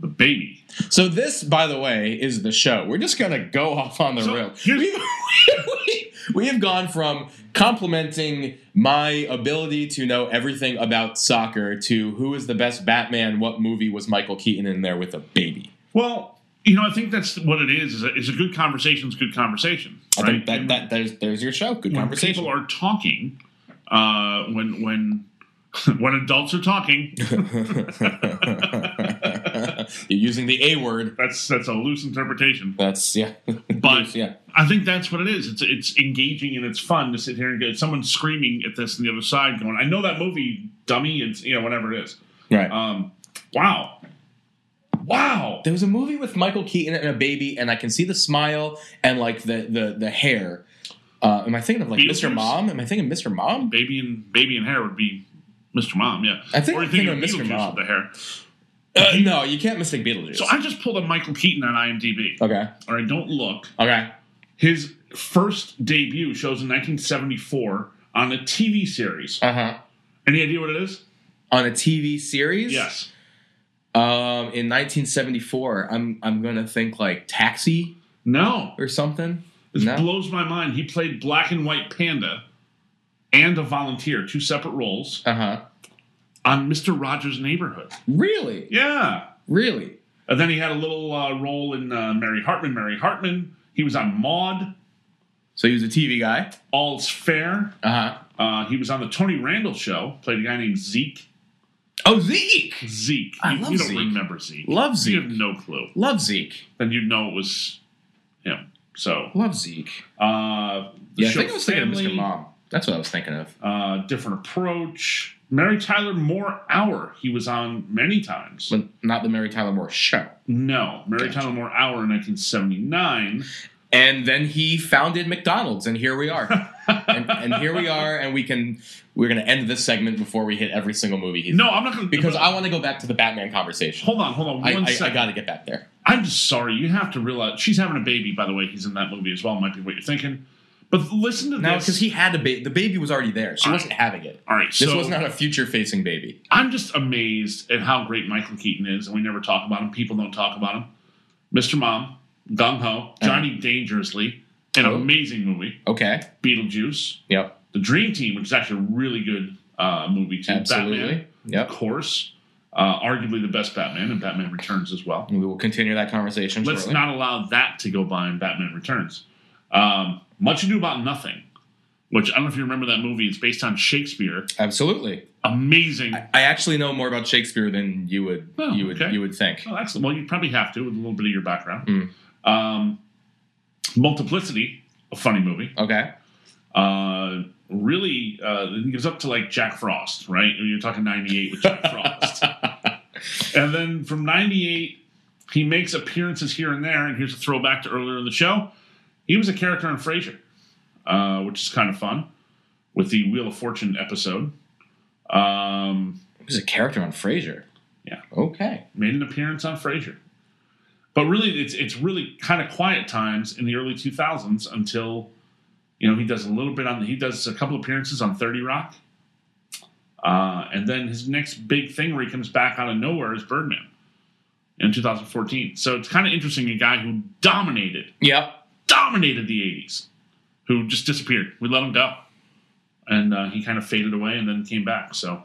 Speaker 1: the baby.
Speaker 2: So this, by the way, is the show. We're just gonna go off on the
Speaker 1: So,
Speaker 2: rail.
Speaker 1: here's-
Speaker 2: We, we, we have gone from complimenting my ability to know everything about soccer to who is the best Batman, what movie was Michael Keaton in there with a baby.
Speaker 1: Well, you know, I think that's what it is. Is a, is a good conversation's good conversation.
Speaker 2: I
Speaker 1: right?
Speaker 2: think that,
Speaker 1: And
Speaker 2: that there's there's your show. Good
Speaker 1: when
Speaker 2: conversation.
Speaker 1: people are talking, uh, when when when adults are talking,
Speaker 2: You're using the A word.
Speaker 1: that's that's a loose interpretation.
Speaker 2: That's yeah.
Speaker 1: But
Speaker 2: yeah.
Speaker 1: I think that's what it is. It's it's engaging and it's fun to sit here and go. Someone's screaming at this and the other side, going, "I know that movie, dummy." It's you know whatever it is.
Speaker 2: Right.
Speaker 1: Um, wow, wow.
Speaker 2: there was a movie with Michael Keaton and a baby, and I can see the smile and like the the the hair. Uh, am I thinking of like Mr.
Speaker 1: Beetlejuice?
Speaker 2: Mom? Am I thinking Mr. Mom?
Speaker 1: Baby and baby and hair would be Mr. Mom. Yeah,
Speaker 2: I think
Speaker 1: or
Speaker 2: I'm
Speaker 1: you think of
Speaker 2: thinking of Mr.
Speaker 1: Beetlejuice
Speaker 2: Mom.
Speaker 1: with the hair.
Speaker 2: Uh, no, you can't mistake Beetlejuice.
Speaker 1: So I just pulled up Michael Keaton on IMDb.
Speaker 2: okay,
Speaker 1: All right, don't look.
Speaker 2: okay,
Speaker 1: His first debut shows in 1974 on a TV series.
Speaker 2: uh huh.
Speaker 1: Any idea what it is?
Speaker 2: On a TV series,
Speaker 1: Yes.
Speaker 2: Um, in 1974, I'm I'm gonna think like Taxi
Speaker 1: No.
Speaker 2: or something.
Speaker 1: This
Speaker 2: No.
Speaker 1: blows my mind. He played Black and White Panda and a volunteer, two separate roles
Speaker 2: Uh huh.
Speaker 1: on Mr. Rogers' Neighborhood.
Speaker 2: Really,
Speaker 1: Yeah.
Speaker 2: really.
Speaker 1: And then he had a little uh, role in uh, Mary Hartman. Mary Hartman. He was on Maud.
Speaker 2: So he was a TV guy.
Speaker 1: All's Fair.
Speaker 2: Uh huh.
Speaker 1: Uh, he was on the Tony Randall show. Played a guy named Zeke.
Speaker 2: Oh Zeke,
Speaker 1: Zeke.
Speaker 2: I
Speaker 1: you,
Speaker 2: love
Speaker 1: you don't
Speaker 2: Zeke.
Speaker 1: remember Zeke.
Speaker 2: love
Speaker 1: You have
Speaker 2: Zeke,
Speaker 1: no clue.
Speaker 2: love Zeke,
Speaker 1: Then you'd know it was him. So,
Speaker 2: love Zeke.
Speaker 1: uh, the
Speaker 2: Yeah, I
Speaker 1: show
Speaker 2: think I was thinking of
Speaker 1: Family,
Speaker 2: Mr. Mom. That's what I was thinking of.
Speaker 1: Uh, different approach. Mary Tyler Moore Hour. He was on many times.
Speaker 2: but not the Mary Tyler Moore show.
Speaker 1: No, Mary
Speaker 2: Gotcha.
Speaker 1: Tyler Moore Hour in 1979.
Speaker 2: And then he founded McDonald's, and here we are. and, and here we are, and we can we're gonna end this segment before we hit every single movie he's
Speaker 1: No, I'm not going to
Speaker 2: because I want to go back to the Batman conversation.
Speaker 1: hold on, hold on
Speaker 2: I,
Speaker 1: one
Speaker 2: I, I
Speaker 1: second.
Speaker 2: got to get back there.
Speaker 1: I'm just sorry. You have to realize she's having a baby. By the way, he's in that movie as well. Might be what you're thinking. But listen to
Speaker 2: No,
Speaker 1: this.
Speaker 2: because he had a baby. The baby was already there. She wasn't having it.
Speaker 1: All right,
Speaker 2: This
Speaker 1: so
Speaker 2: was not a future-facing baby.
Speaker 1: I'm just amazed at how great Michael Keaton is, and we never talk about him. People don't talk about him. Mr. Mom, Gung Ho, Johnny Dangerously, an
Speaker 2: Oh.
Speaker 1: amazing movie.
Speaker 2: Okay.
Speaker 1: Beetlejuice,
Speaker 2: Yep.
Speaker 1: The Dream Team, which is actually a really good uh, movie too.
Speaker 2: Absolutely.
Speaker 1: Batman, of
Speaker 2: Yep.
Speaker 1: course, uh, arguably the best Batman, and Batman Returns as well.
Speaker 2: We will continue that conversation.
Speaker 1: Let's
Speaker 2: shortly.
Speaker 1: not allow that to go by in Batman Returns. Um, Much Ado About Nothing, which I don't know if you remember that movie. It's based on Shakespeare.
Speaker 2: Absolutely.
Speaker 1: Amazing.
Speaker 2: I, I actually know more about Shakespeare than you would
Speaker 1: Oh,
Speaker 2: you would
Speaker 1: okay.
Speaker 2: you would think.
Speaker 1: Oh, excellent. Well, you probably have to with a little bit of your background.
Speaker 2: Mm.
Speaker 1: Um, Multiplicity, a funny movie.
Speaker 2: Okay.
Speaker 1: Uh, really, uh, it gives up to like Jack Frost, right? I mean, You're talking 98 with Jack Frost. And then from 98, he makes appearances here and there. And here's a throwback to earlier in the show. He was a character in Frasier, uh, which is kind of fun with the Wheel of Fortune episode. Um,
Speaker 2: Who's a character on Frasier?
Speaker 1: Yeah.
Speaker 2: Okay.
Speaker 1: made an appearance on Frasier. But really, it's it's really kind of quiet times in the early 2000s until, you know, he does a little bit on he does a couple appearances on 30 Rock, uh, and then his next big thing where he comes back out of nowhere is Birdman in 2014. So it's kind of interesting a guy who dominated
Speaker 2: Yep.
Speaker 1: dominated the 80s, who just disappeared. We let him go, and uh, he kind of faded away and then came back. So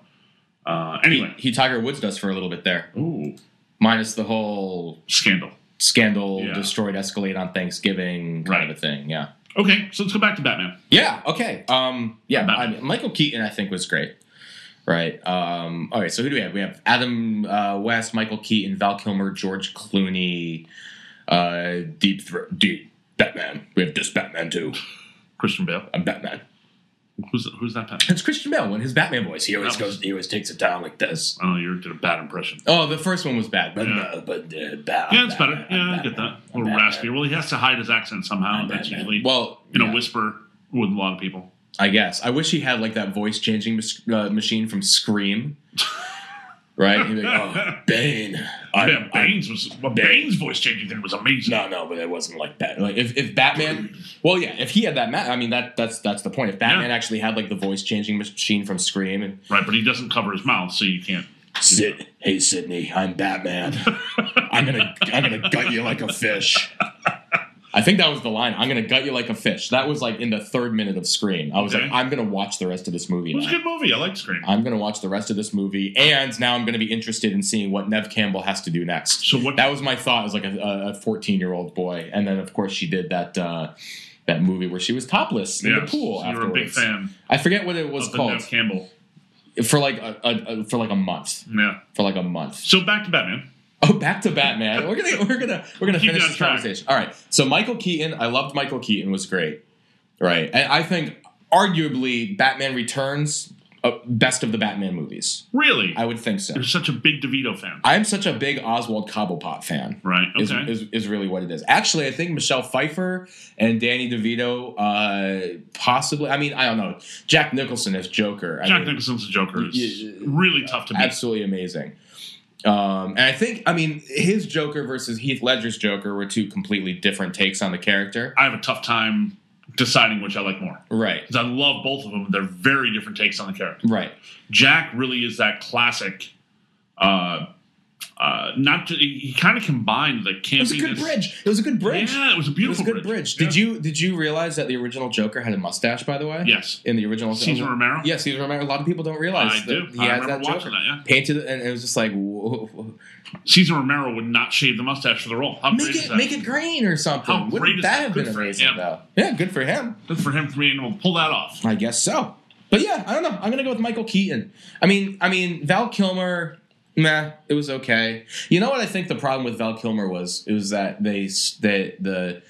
Speaker 1: uh, anyway,
Speaker 2: He Tiger Woods does for a little bit there,
Speaker 1: ooh,
Speaker 2: minus the whole
Speaker 1: scandal.
Speaker 2: scandal
Speaker 1: Yeah.
Speaker 2: destroyed Escalade on Thanksgiving kind
Speaker 1: Right.
Speaker 2: of a thing. Yeah.
Speaker 1: Okay, so let's go back to Batman.
Speaker 2: Yeah. Okay. Um. Yeah.
Speaker 1: About-
Speaker 2: I mean, Michael Keaton, I think, was great. Right. Um. All right. So who do we have? We have Adam uh, West, Michael Keaton, Val Kilmer, George Clooney, uh, Deep Throat, Deep Batman. We have this Batman too.
Speaker 1: Christian Bale.
Speaker 2: I'm Batman.
Speaker 1: Who's who's that? Pat?
Speaker 2: It's Christian Bale in his Batman voice. He always
Speaker 1: That was-
Speaker 2: goes. He always takes it down like this.
Speaker 1: Oh, you did a bad impression.
Speaker 2: Oh, the first one was bad, but
Speaker 1: Yeah.
Speaker 2: uh, but uh, bad.
Speaker 1: yeah, it's better. Yeah, I get that. A little raspy. Well, he has to hide his accent somehow. and That's usually
Speaker 2: Well,
Speaker 1: in
Speaker 2: yeah.
Speaker 1: a whisper with a lot of people.
Speaker 2: I guess. I wish he had like that voice changing mas- uh, machine from Scream. right? He'd be like, oh, Bane. I'm,
Speaker 1: yeah, Bane's was well, Bane's voice changing thing was amazing.
Speaker 2: I'm- no, no, but it wasn't like that. Like if, if Batman, well, yeah, if he had that, ma- I mean that that's that's the point. If Batman
Speaker 1: Yeah.
Speaker 2: actually had like the voice changing machine from Scream and
Speaker 1: Right, but he doesn't cover his mouth, so you can't.
Speaker 2: Sid, hey Sydney, I'm Batman. I'm gonna I'm gonna gut you like a fish. I think that was the line. I'm gonna gut you like a fish. That was like in the third minute of Scream. I was
Speaker 1: Okay.
Speaker 2: like, I'm gonna watch the rest of this movie.
Speaker 1: It was
Speaker 2: now.
Speaker 1: a good movie. I like Scream.
Speaker 2: I'm going to watch the rest of this movie, and now I'm going to be interested in seeing what Nev Campbell has to do next.
Speaker 1: So what?
Speaker 2: That was my thought as like a- a 14 year old boy, and then of course she did that uh, that movie where she was topless in
Speaker 1: yeah,
Speaker 2: the pool
Speaker 1: so you were a
Speaker 2: afterwards.
Speaker 1: big fan
Speaker 2: I forget what it was
Speaker 1: of the
Speaker 2: called
Speaker 1: Nev Campbell.
Speaker 2: for like a, a, a for like a month
Speaker 1: Yeah.
Speaker 2: for like a month.
Speaker 1: So back to Batman.
Speaker 2: Oh, back to Batman. We're gonna we're gonna we're gonna
Speaker 1: Keep you
Speaker 2: finish
Speaker 1: on
Speaker 2: this
Speaker 1: track.
Speaker 2: conversation. All right. So Michael Keaton, I loved Michael Keaton was great, right? And I think arguably Batman Returns, uh, best of the Batman movies.
Speaker 1: Really,
Speaker 2: I would think so.
Speaker 1: you're such a big DeVito fan,
Speaker 2: I'm such a big Oswald Cobblepot fan.
Speaker 1: right?
Speaker 2: Is,
Speaker 1: Okay.
Speaker 2: is, is really what it is. Actually, I think Michelle Pfeiffer and Danny DeVito, uh, possibly. I mean, I don't know. Jack Nicholson as Joker. I
Speaker 1: Jack
Speaker 2: mean,
Speaker 1: Nicholson's the Joker is
Speaker 2: Yeah, yeah, yeah.
Speaker 1: really tough to beat.
Speaker 2: absolutely amazing. Um, and I think, I mean, his Joker versus Heath Ledger's Joker were two completely different takes on the character.
Speaker 1: I have a tough time deciding which I like more.
Speaker 2: Right.
Speaker 1: because I love both of them. They're very different takes on the character.
Speaker 2: Right.
Speaker 1: Jack really is that classic. Uh, uh, not to, he, he kind of combined the campiness.
Speaker 2: It was a good bridge. It was a good bridge.
Speaker 1: Yeah, it was a
Speaker 2: it was a
Speaker 1: beautiful
Speaker 2: good bridge. Did you did you realize that the original Joker had a mustache? By the way,
Speaker 1: Yes,
Speaker 2: In the original
Speaker 1: Caesar Romero.
Speaker 2: Yes, Caesar Romero. A lot of people don't realize
Speaker 1: I
Speaker 2: that
Speaker 1: do.
Speaker 2: he
Speaker 1: I
Speaker 2: has
Speaker 1: remember
Speaker 2: that
Speaker 1: watching
Speaker 2: Joker.
Speaker 1: that. Yeah,
Speaker 2: Painted, and it was just like, whoa,
Speaker 1: Caesar Romero would not shave the mustache for the role. How
Speaker 2: make
Speaker 1: great is
Speaker 2: it
Speaker 1: that?
Speaker 2: make it green or something.
Speaker 1: How great
Speaker 2: Wouldn't
Speaker 1: is
Speaker 2: that
Speaker 1: that?
Speaker 2: have been
Speaker 1: Good for
Speaker 2: amazing
Speaker 1: him.
Speaker 2: though? Yeah, good for him.
Speaker 1: Good for him for being able to pull that off.
Speaker 2: I guess so. But yeah, I don't know. I'm gonna go with Michael Keaton. I mean, I mean Val Kilmer. Nah, it was okay. You know what I think the problem with Val Kilmer was? It was that they s- that the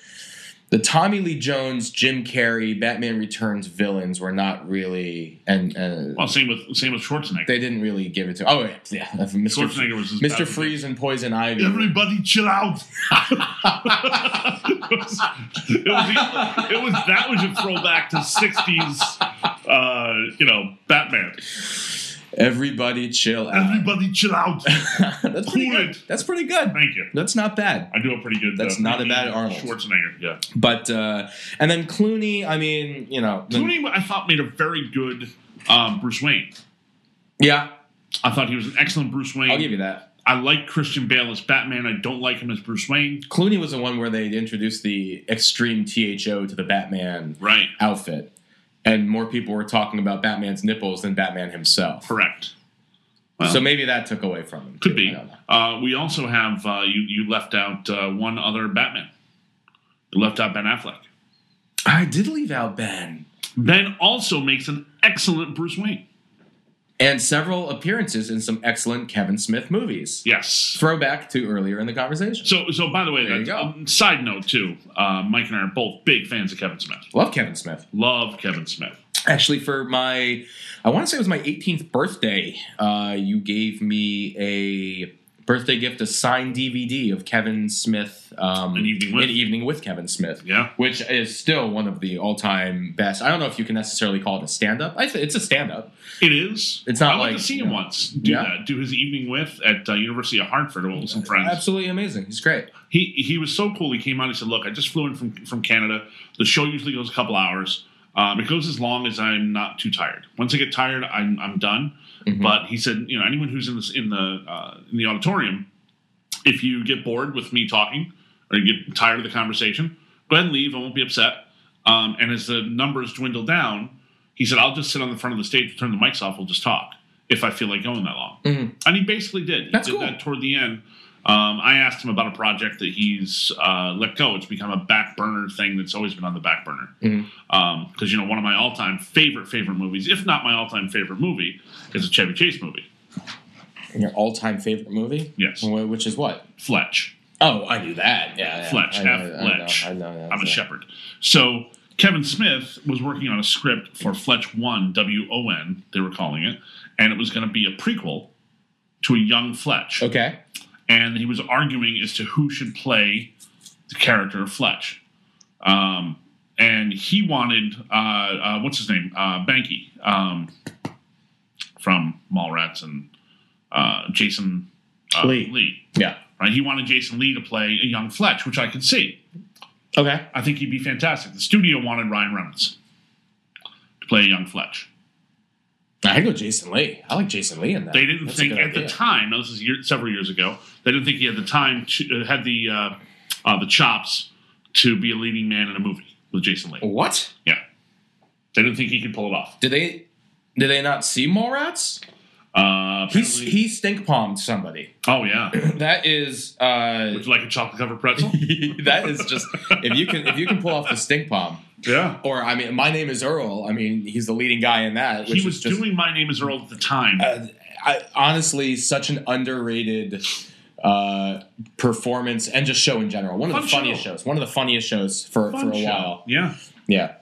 Speaker 2: the Tommy Lee Jones, Jim Carrey, Batman Returns villains were not really and uh,
Speaker 1: Well, same with same with Schwarzenegger.
Speaker 2: they didn't really give it to. Oh yeah, yeah, Mr. F-
Speaker 1: Schwarzenegger was his
Speaker 2: Mr. Freeze and Poison Ivy.
Speaker 1: Everybody, chill out. it, was, it, was, it was that was a throwback to '60s, uh, you know, Batman.
Speaker 2: Everybody chill out.
Speaker 1: Everybody, chill out.
Speaker 2: That's pretty
Speaker 1: Cool
Speaker 2: good.
Speaker 1: it.
Speaker 2: That's pretty good.
Speaker 1: Thank you.
Speaker 2: That's not bad.
Speaker 1: I do a pretty good. uh,
Speaker 2: That's not a bad Arnold.
Speaker 1: Schwarzenegger. Yeah.
Speaker 2: But uh, and then Clooney. I mean, you know, the-
Speaker 1: Clooney, I thought made a very good um, Bruce Wayne.
Speaker 2: yeah,
Speaker 1: I thought he was an excellent Bruce Wayne.
Speaker 2: I'll give you that.
Speaker 1: I like Christian Bale as Batman. I don't like him as Bruce Wayne.
Speaker 2: Clooney was the one where they introduced the extreme tho to the Batman
Speaker 1: Right.
Speaker 2: outfit, and more people were talking about Batman's nipples than Batman himself.
Speaker 1: Correct. Well,
Speaker 2: so maybe that took away from him.
Speaker 1: could
Speaker 2: too. I
Speaker 1: be.
Speaker 2: don't know.
Speaker 1: Uh, we also have uh, you. You left out uh, one other Batman. You left out Ben Affleck.
Speaker 2: I did leave out Ben.
Speaker 1: then also makes an excellent Bruce Wayne.
Speaker 2: and several appearances in some excellent Kevin Smith movies.
Speaker 1: Yes.
Speaker 2: Throwback to earlier in the conversation.
Speaker 1: So, so by the way,
Speaker 2: There you
Speaker 1: that,
Speaker 2: go.
Speaker 1: um, side note too, uh, Mike and I are both big fans of Kevin Smith.
Speaker 2: Love Kevin Smith.
Speaker 1: Love Kevin Smith.
Speaker 2: Actually, for my, I want to say it was my 18th birthday, uh, you gave me a birthday gift, a signed DVD of Kevin Smith. Um,
Speaker 1: An Evening With.
Speaker 2: An Evening with Kevin Smith.
Speaker 1: Yeah.
Speaker 2: Which is still one of the all time best. I don't know if you can necessarily call it a stand up. I th- it's a stand up.
Speaker 1: It is.
Speaker 2: It's not
Speaker 1: I went
Speaker 2: like-
Speaker 1: to see him
Speaker 2: yeah.
Speaker 1: once. Do
Speaker 2: Yeah.
Speaker 1: that. Do his evening with at uh, University of Hartford with some friends.
Speaker 2: Absolutely amazing. He's great.
Speaker 1: He he was so cool. He came out. He said, "Look, I just flew in from from Canada. The show usually goes a couple hours. Um, it goes as long as I'm not too tired. Once I get tired, I'm I'm done."
Speaker 2: Mhm.
Speaker 1: But he said, "You know, anyone who's in this in the uh, in the auditorium, if you get bored with me talking or you get tired of the conversation, go ahead and leave. I won't be upset." Um, and as the numbers dwindle down, he said, "I'll just sit on the front of the stage, turn the mics off. We'll just talk if I feel like going that long."
Speaker 2: Mhm.
Speaker 1: And he basically did. He
Speaker 2: That's
Speaker 1: did
Speaker 2: cool.
Speaker 1: that toward the end. Um, I asked him about a project that he's uh, let go. It's become a back burner thing that's always been on the back burner.
Speaker 2: Mhm.
Speaker 1: Because, you know, one of my all time favorite, favorite movies, if not my all time favorite movie, is a Chevy Chase movie,
Speaker 2: Your all time favorite movie?
Speaker 1: Yes.
Speaker 2: Wh- Which is what?
Speaker 1: Fletch.
Speaker 2: Oh, I knew that. Yeah, yeah.
Speaker 1: Fletch,
Speaker 2: I know,
Speaker 1: F.
Speaker 2: I know,
Speaker 1: Fletch.
Speaker 2: I know, I know,
Speaker 1: I'm a
Speaker 2: yeah.
Speaker 1: shepherd. So Kevin Smith was working on a script for Fletch 1, W O N, they were calling it, and it was going to be a prequel to a young Fletch.
Speaker 2: Okay.
Speaker 1: and he was arguing as to who should play the character of Fletch. Um, and he wanted uh, uh, what's his name, uh, Banky, um, from Mallrats and uh, Jason uh,
Speaker 2: Lee. Yeah.
Speaker 1: Right, he wanted Jason Lee to play a young Fletch, which I could see.
Speaker 2: Okay.
Speaker 1: I think he'd be fantastic. The studio wanted Ryan Reynolds to play a young Fletch.
Speaker 2: I go Jason Lee. I like Jason Lee in that.
Speaker 1: They didn't
Speaker 2: That's a
Speaker 1: think
Speaker 2: good
Speaker 1: at the
Speaker 2: idea.
Speaker 1: time. Now this is year, several years ago. They didn't think he had the time to uh, had the uh, uh, the chops to be a leading man in a movie with Jason Lee.
Speaker 2: What?
Speaker 1: Yeah, they didn't think he could pull it off.
Speaker 2: Did they? Did they not see Mallrats?
Speaker 1: Uh,
Speaker 2: He's
Speaker 1: apparently-
Speaker 2: he stink palmed somebody.
Speaker 1: oh yeah,
Speaker 2: That is uh,
Speaker 1: would you like a chocolate covered pretzel?
Speaker 2: that is just if you can if you can pull off the stink palm.
Speaker 1: yeah.
Speaker 2: Or I mean, my name is Earl. I mean, he's the leading guy in that. Which
Speaker 1: He was
Speaker 2: is just,
Speaker 1: doing My Name Is Earl at the time.
Speaker 2: uh, I, honestly such an underrated uh, performance and just show in general. One of
Speaker 1: Fun
Speaker 2: the funniest
Speaker 1: show.
Speaker 2: shows. One of the funniest shows for
Speaker 1: Fun
Speaker 2: for a
Speaker 1: show.
Speaker 2: while.
Speaker 1: Yeah.
Speaker 2: Yeah,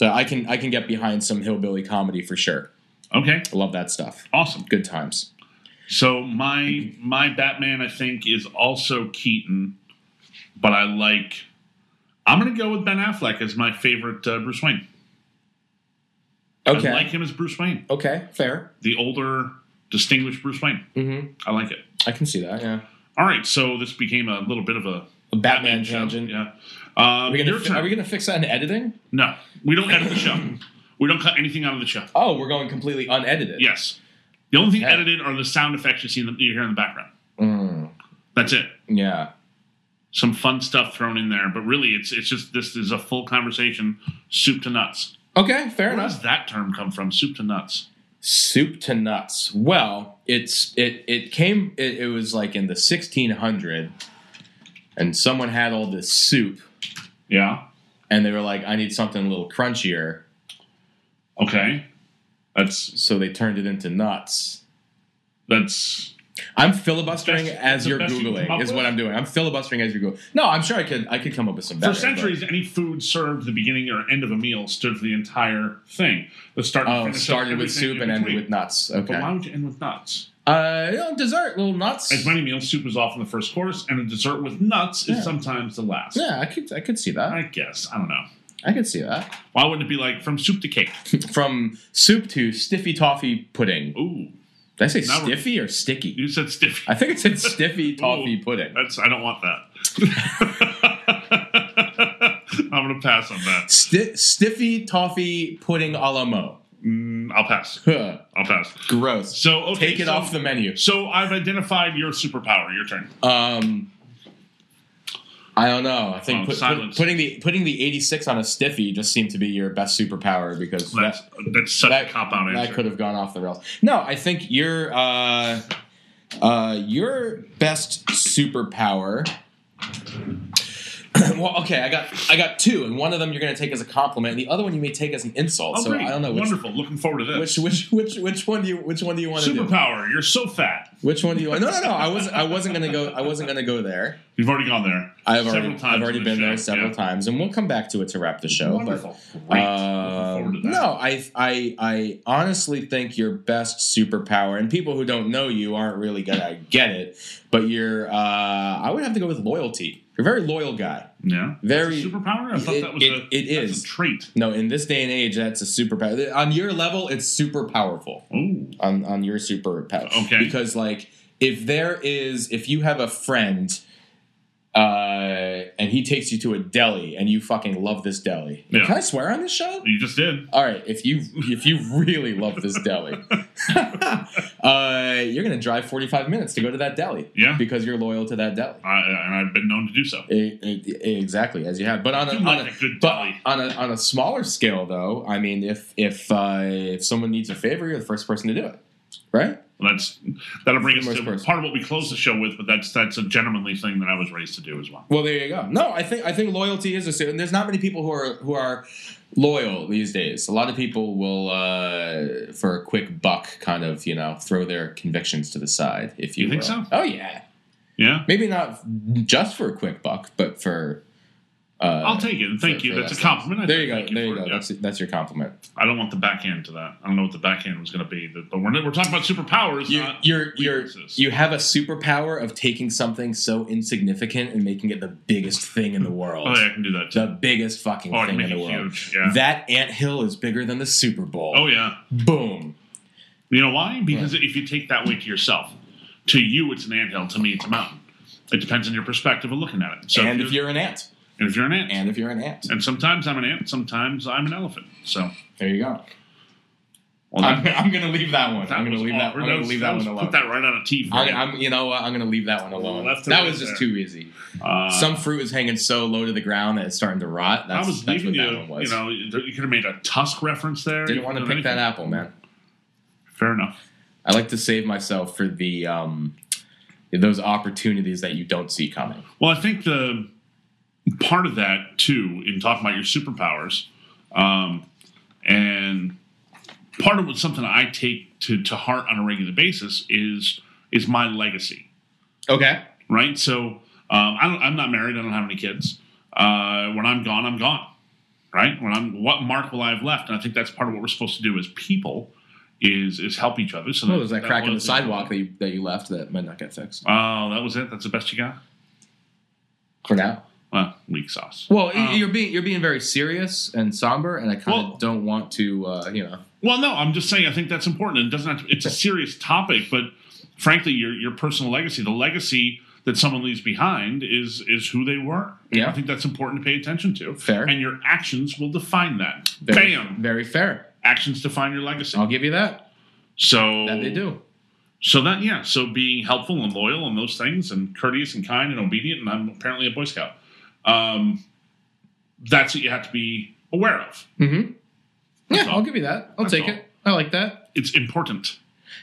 Speaker 2: so I can I can get behind some hillbilly comedy for sure.
Speaker 1: Okay.
Speaker 2: I love that stuff.
Speaker 1: Awesome.
Speaker 2: Good times.
Speaker 1: So my my Batman I think is also Keaton, but I like. I'm gonna go with Ben Affleck as my favorite uh, Bruce Wayne.
Speaker 2: Okay.
Speaker 1: I like him as Bruce Wayne,
Speaker 2: okay. Fair.
Speaker 1: the older, distinguished Bruce Wayne.
Speaker 2: hmm
Speaker 1: I like it.
Speaker 2: I can see that. Yeah.
Speaker 1: All right, so this became a little bit of a
Speaker 2: A Batman,
Speaker 1: show.
Speaker 2: tangent.
Speaker 1: Yeah. Um,
Speaker 2: Are we,
Speaker 1: your
Speaker 2: gonna fi-
Speaker 1: turn.
Speaker 2: are we gonna fix that in editing?
Speaker 1: no, we don't edit the show. We don't cut anything out of the show.
Speaker 2: Oh, we're going completely unedited.
Speaker 1: Yes. The only thing
Speaker 2: Okay.
Speaker 1: edited are the sound effects you see in the, you hear in the background.
Speaker 2: Mm,
Speaker 1: That's it.
Speaker 2: yeah.
Speaker 1: Some fun stuff thrown in there, but really, it's it's just this is a full conversation, soup to nuts.
Speaker 2: Okay. Fair
Speaker 1: Where
Speaker 2: enough.
Speaker 1: does that term come from? Soup to nuts.
Speaker 2: soup to nuts well it's it it came it, it was like in the 1600 and someone had all this soup
Speaker 1: Yeah.
Speaker 2: and they were like i need something a little crunchier
Speaker 1: Okay. That's
Speaker 2: so they turned it into nuts
Speaker 1: that's
Speaker 2: i'm filibustering
Speaker 1: That's- that's
Speaker 2: as
Speaker 1: the
Speaker 2: you're
Speaker 1: best you can come
Speaker 2: googling
Speaker 1: up
Speaker 2: is what
Speaker 1: with?
Speaker 2: i'm doing i'm filibustering as you go no i'm sure i could i could come up with some better
Speaker 1: For
Speaker 2: but-
Speaker 1: centuries, any food served at the beginning or end of a meal stood for the entire thing. The start and
Speaker 2: oh
Speaker 1: finish of
Speaker 2: started with
Speaker 1: everything
Speaker 2: soup
Speaker 1: in
Speaker 2: and ended
Speaker 1: between.
Speaker 2: with nuts
Speaker 1: But why
Speaker 2: okay
Speaker 1: would you end with nuts?
Speaker 2: uh you know, dessert little nuts
Speaker 1: As many meals, soup is often the first course, and a dessert with nuts
Speaker 2: Yeah.
Speaker 1: is sometimes the last.
Speaker 2: yeah i could i could see
Speaker 1: I
Speaker 2: that
Speaker 1: guess. I don't know.
Speaker 2: i could see that
Speaker 1: Why wouldn't it be like from soup to cake?
Speaker 2: from soup to stiffy toffee pudding
Speaker 1: Ooh,
Speaker 2: Did I say
Speaker 1: Now we're-
Speaker 2: stiffy or sticky?
Speaker 1: you said stiffy.
Speaker 2: I think it said stiffy toffee
Speaker 1: Ooh.
Speaker 2: pudding.
Speaker 1: That's. I don't want that. I'm gonna pass on that.
Speaker 2: Sti- stiffy toffee pudding a la mo.
Speaker 1: Mm, I'll pass.
Speaker 2: Huh.
Speaker 1: I'll pass.
Speaker 2: Gross.
Speaker 1: So okay,
Speaker 2: Take it
Speaker 1: so-
Speaker 2: off the menu.
Speaker 1: So I've identified your superpower. Your turn.
Speaker 2: Um, I don't know. I
Speaker 1: Oh,
Speaker 2: think put- put-
Speaker 1: silence.
Speaker 2: putting the putting the eighty six on a stiffy just seemed to be your best superpower because that,
Speaker 1: That's that's such
Speaker 2: that-
Speaker 1: a cop out
Speaker 2: that
Speaker 1: answer.
Speaker 2: could have gone off the rails. No, I think your uh, uh, your best superpower well, okay, I got I got two, and one of them you're going to take as a compliment, and the other one you may take as an insult.
Speaker 1: Oh,
Speaker 2: so
Speaker 1: great.
Speaker 2: I don't know which,
Speaker 1: Wonderful. Looking forward to this.
Speaker 2: which which which which one do you which one do you want to do?
Speaker 1: Superpower. You're so fat.
Speaker 2: Which one do you want? No, no, no. I was I wasn't going to go. I wasn't going to go there.
Speaker 1: You've already gone there.
Speaker 2: I've
Speaker 1: several
Speaker 2: already
Speaker 1: times
Speaker 2: I've already
Speaker 1: on the
Speaker 2: been
Speaker 1: show.
Speaker 2: there several
Speaker 1: Yeah.
Speaker 2: times, and we'll come back to it to wrap the show. But
Speaker 1: Wonderful. Great.
Speaker 2: Um,
Speaker 1: Looking forward to that.
Speaker 2: no, I, I, I honestly think your best superpower, and people who don't know you aren't really gonna get it, but you're, uh, I would have to go with loyalty. You're a very loyal guy.
Speaker 1: Yeah.
Speaker 2: Very-
Speaker 1: That's a superpower. I thought
Speaker 2: It-
Speaker 1: that was
Speaker 2: it-
Speaker 1: a.
Speaker 2: it
Speaker 1: that's
Speaker 2: is.
Speaker 1: a trait.
Speaker 2: No, in this day and age, that's a superpower. On your level, it's super powerful.
Speaker 1: Oh.
Speaker 2: On on your superpower,
Speaker 1: Okay.
Speaker 2: Because like, if there is, if you have a friend. Uh, and he takes you to a deli, and you fucking love this deli.
Speaker 1: Yeah.
Speaker 2: Can I swear on this show?
Speaker 1: You just did.
Speaker 2: All right, if you if you really love this deli, uh, you're gonna drive 45 minutes to go to that deli
Speaker 1: Yeah.
Speaker 2: because you're loyal to that deli.
Speaker 1: I, and I've been known to do so.
Speaker 2: E- e- exactly as you have, but on
Speaker 1: I do
Speaker 2: a, on
Speaker 1: like
Speaker 2: a
Speaker 1: a good
Speaker 2: but
Speaker 1: deli.
Speaker 2: on a on a smaller scale though, I mean, if if uh, if someone needs a favor, you're the first person to do it, right?
Speaker 1: Well, that's that'll bring us
Speaker 2: Most
Speaker 1: to
Speaker 2: person.
Speaker 1: part of what we close the show with, but that's that's a gentlemanly thing that I was raised to do as well.
Speaker 2: Well, there you go. No, I think I think loyalty is a su- and there's not many people who are who are loyal these days. A lot of people will uh, for a quick buck kind of, you know, throw their convictions to the side if you,
Speaker 1: You think
Speaker 2: will.
Speaker 1: so?
Speaker 2: Oh yeah.
Speaker 1: Yeah,
Speaker 2: Maybe not just for a quick buck, but for uh,
Speaker 1: I'll take it. and Thank
Speaker 2: for-
Speaker 1: you.
Speaker 2: for
Speaker 1: That's a
Speaker 2: that.
Speaker 1: compliment. I
Speaker 2: There you go.
Speaker 1: thank
Speaker 2: There you
Speaker 1: for
Speaker 2: go.
Speaker 1: it, yeah.
Speaker 2: That's that's your compliment.
Speaker 1: I don't want the backhand to that. I don't know what the backhand was going to be, but but we're we're talking about superpowers.
Speaker 2: You
Speaker 1: not
Speaker 2: you're you're
Speaker 1: weaknesses.
Speaker 2: you have a superpower of taking something so insignificant and making it the biggest thing in the world.
Speaker 1: oh, yeah, I can do that. Too.
Speaker 2: The biggest fucking
Speaker 1: Oh, I can
Speaker 2: thing
Speaker 1: make
Speaker 2: in
Speaker 1: it
Speaker 2: the world.
Speaker 1: huge. Yeah.
Speaker 2: That anthill is bigger than the Super Bowl.
Speaker 1: oh yeah.
Speaker 2: Boom.
Speaker 1: You know why? Because if you take that weight to yourself, to you it's an anthill. To me, it's a mountain. It depends on your perspective of looking at it. So
Speaker 2: and if you're an ant.
Speaker 1: and if you're an ant,
Speaker 2: And if you're an ant.
Speaker 1: and sometimes I'm an ant, sometimes I'm an elephant. So
Speaker 2: There you go.
Speaker 1: well,
Speaker 2: I'm, I'm going to leave that one.
Speaker 1: that
Speaker 2: I'm going
Speaker 1: was
Speaker 2: to leave that,
Speaker 1: awkward.
Speaker 2: I'm gonna
Speaker 1: was-
Speaker 2: leave that,
Speaker 1: was-
Speaker 2: one alone.
Speaker 1: Put that right on a T for
Speaker 2: I,
Speaker 1: you.
Speaker 2: I'm, you know what? I'm going to leave that one alone.
Speaker 1: Left to
Speaker 2: that
Speaker 1: right
Speaker 2: was just
Speaker 1: there.
Speaker 2: too easy.
Speaker 1: Uh,
Speaker 2: Some fruit is hanging so low to the ground that it's starting to rot. That's,
Speaker 1: I was
Speaker 2: that's
Speaker 1: leaving
Speaker 2: what
Speaker 1: you.
Speaker 2: that one was.
Speaker 1: You know, you could have made a tusk reference there.
Speaker 2: Didn't
Speaker 1: You
Speaker 2: want to
Speaker 1: could've
Speaker 2: pick
Speaker 1: done
Speaker 2: that
Speaker 1: anything.
Speaker 2: apple, man.
Speaker 1: Fair enough.
Speaker 2: I like to save myself for the um, those opportunities that you don't see coming.
Speaker 1: Well, I think the part of that too in talking about your superpowers, um, and part of what something I take to to heart on a regular basis is is my legacy.
Speaker 2: Okay.
Speaker 1: Right. So um, I don't, I'm not married. I don't have any kids. Uh, when I'm gone, I'm gone. Right. When I'm what mark will I have left? And I think that's part of what we're supposed to do as people is is help each other. So
Speaker 2: Oh, there's that crack in the
Speaker 1: loyalty-
Speaker 2: sidewalk that you, that you left that might not get fixed
Speaker 1: Oh, that was it. That's the best you got.
Speaker 2: for now.
Speaker 1: Well, weak sauce.
Speaker 2: Well, y-
Speaker 1: Um,
Speaker 2: you're being you're being very serious and somber, and I kind of
Speaker 1: Well-
Speaker 2: don't want to, uh, you know.
Speaker 1: Well, no, I'm just saying. I think that's important. It doesn't. Have to, it's a serious topic, but frankly, your your personal legacy, the legacy that someone leaves behind, is is who they were. And
Speaker 2: Yeah.
Speaker 1: I think that's important to pay attention to.
Speaker 2: Fair.
Speaker 1: And your actions will define that.
Speaker 2: Very,
Speaker 1: Bam.
Speaker 2: Very fair.
Speaker 1: Actions define your legacy.
Speaker 2: I'll give you that.
Speaker 1: so
Speaker 2: That they do.
Speaker 1: So that yeah. So being helpful and loyal and those things, and courteous and kind and obedient, and I'm apparently a Boy Scout. Um, that's what you have to be aware of.
Speaker 2: Mm-hmm. Yeah,
Speaker 1: That's all.
Speaker 2: I'll give you that. I'll
Speaker 1: That's
Speaker 2: take
Speaker 1: all.
Speaker 2: it. I like that.
Speaker 1: It's important.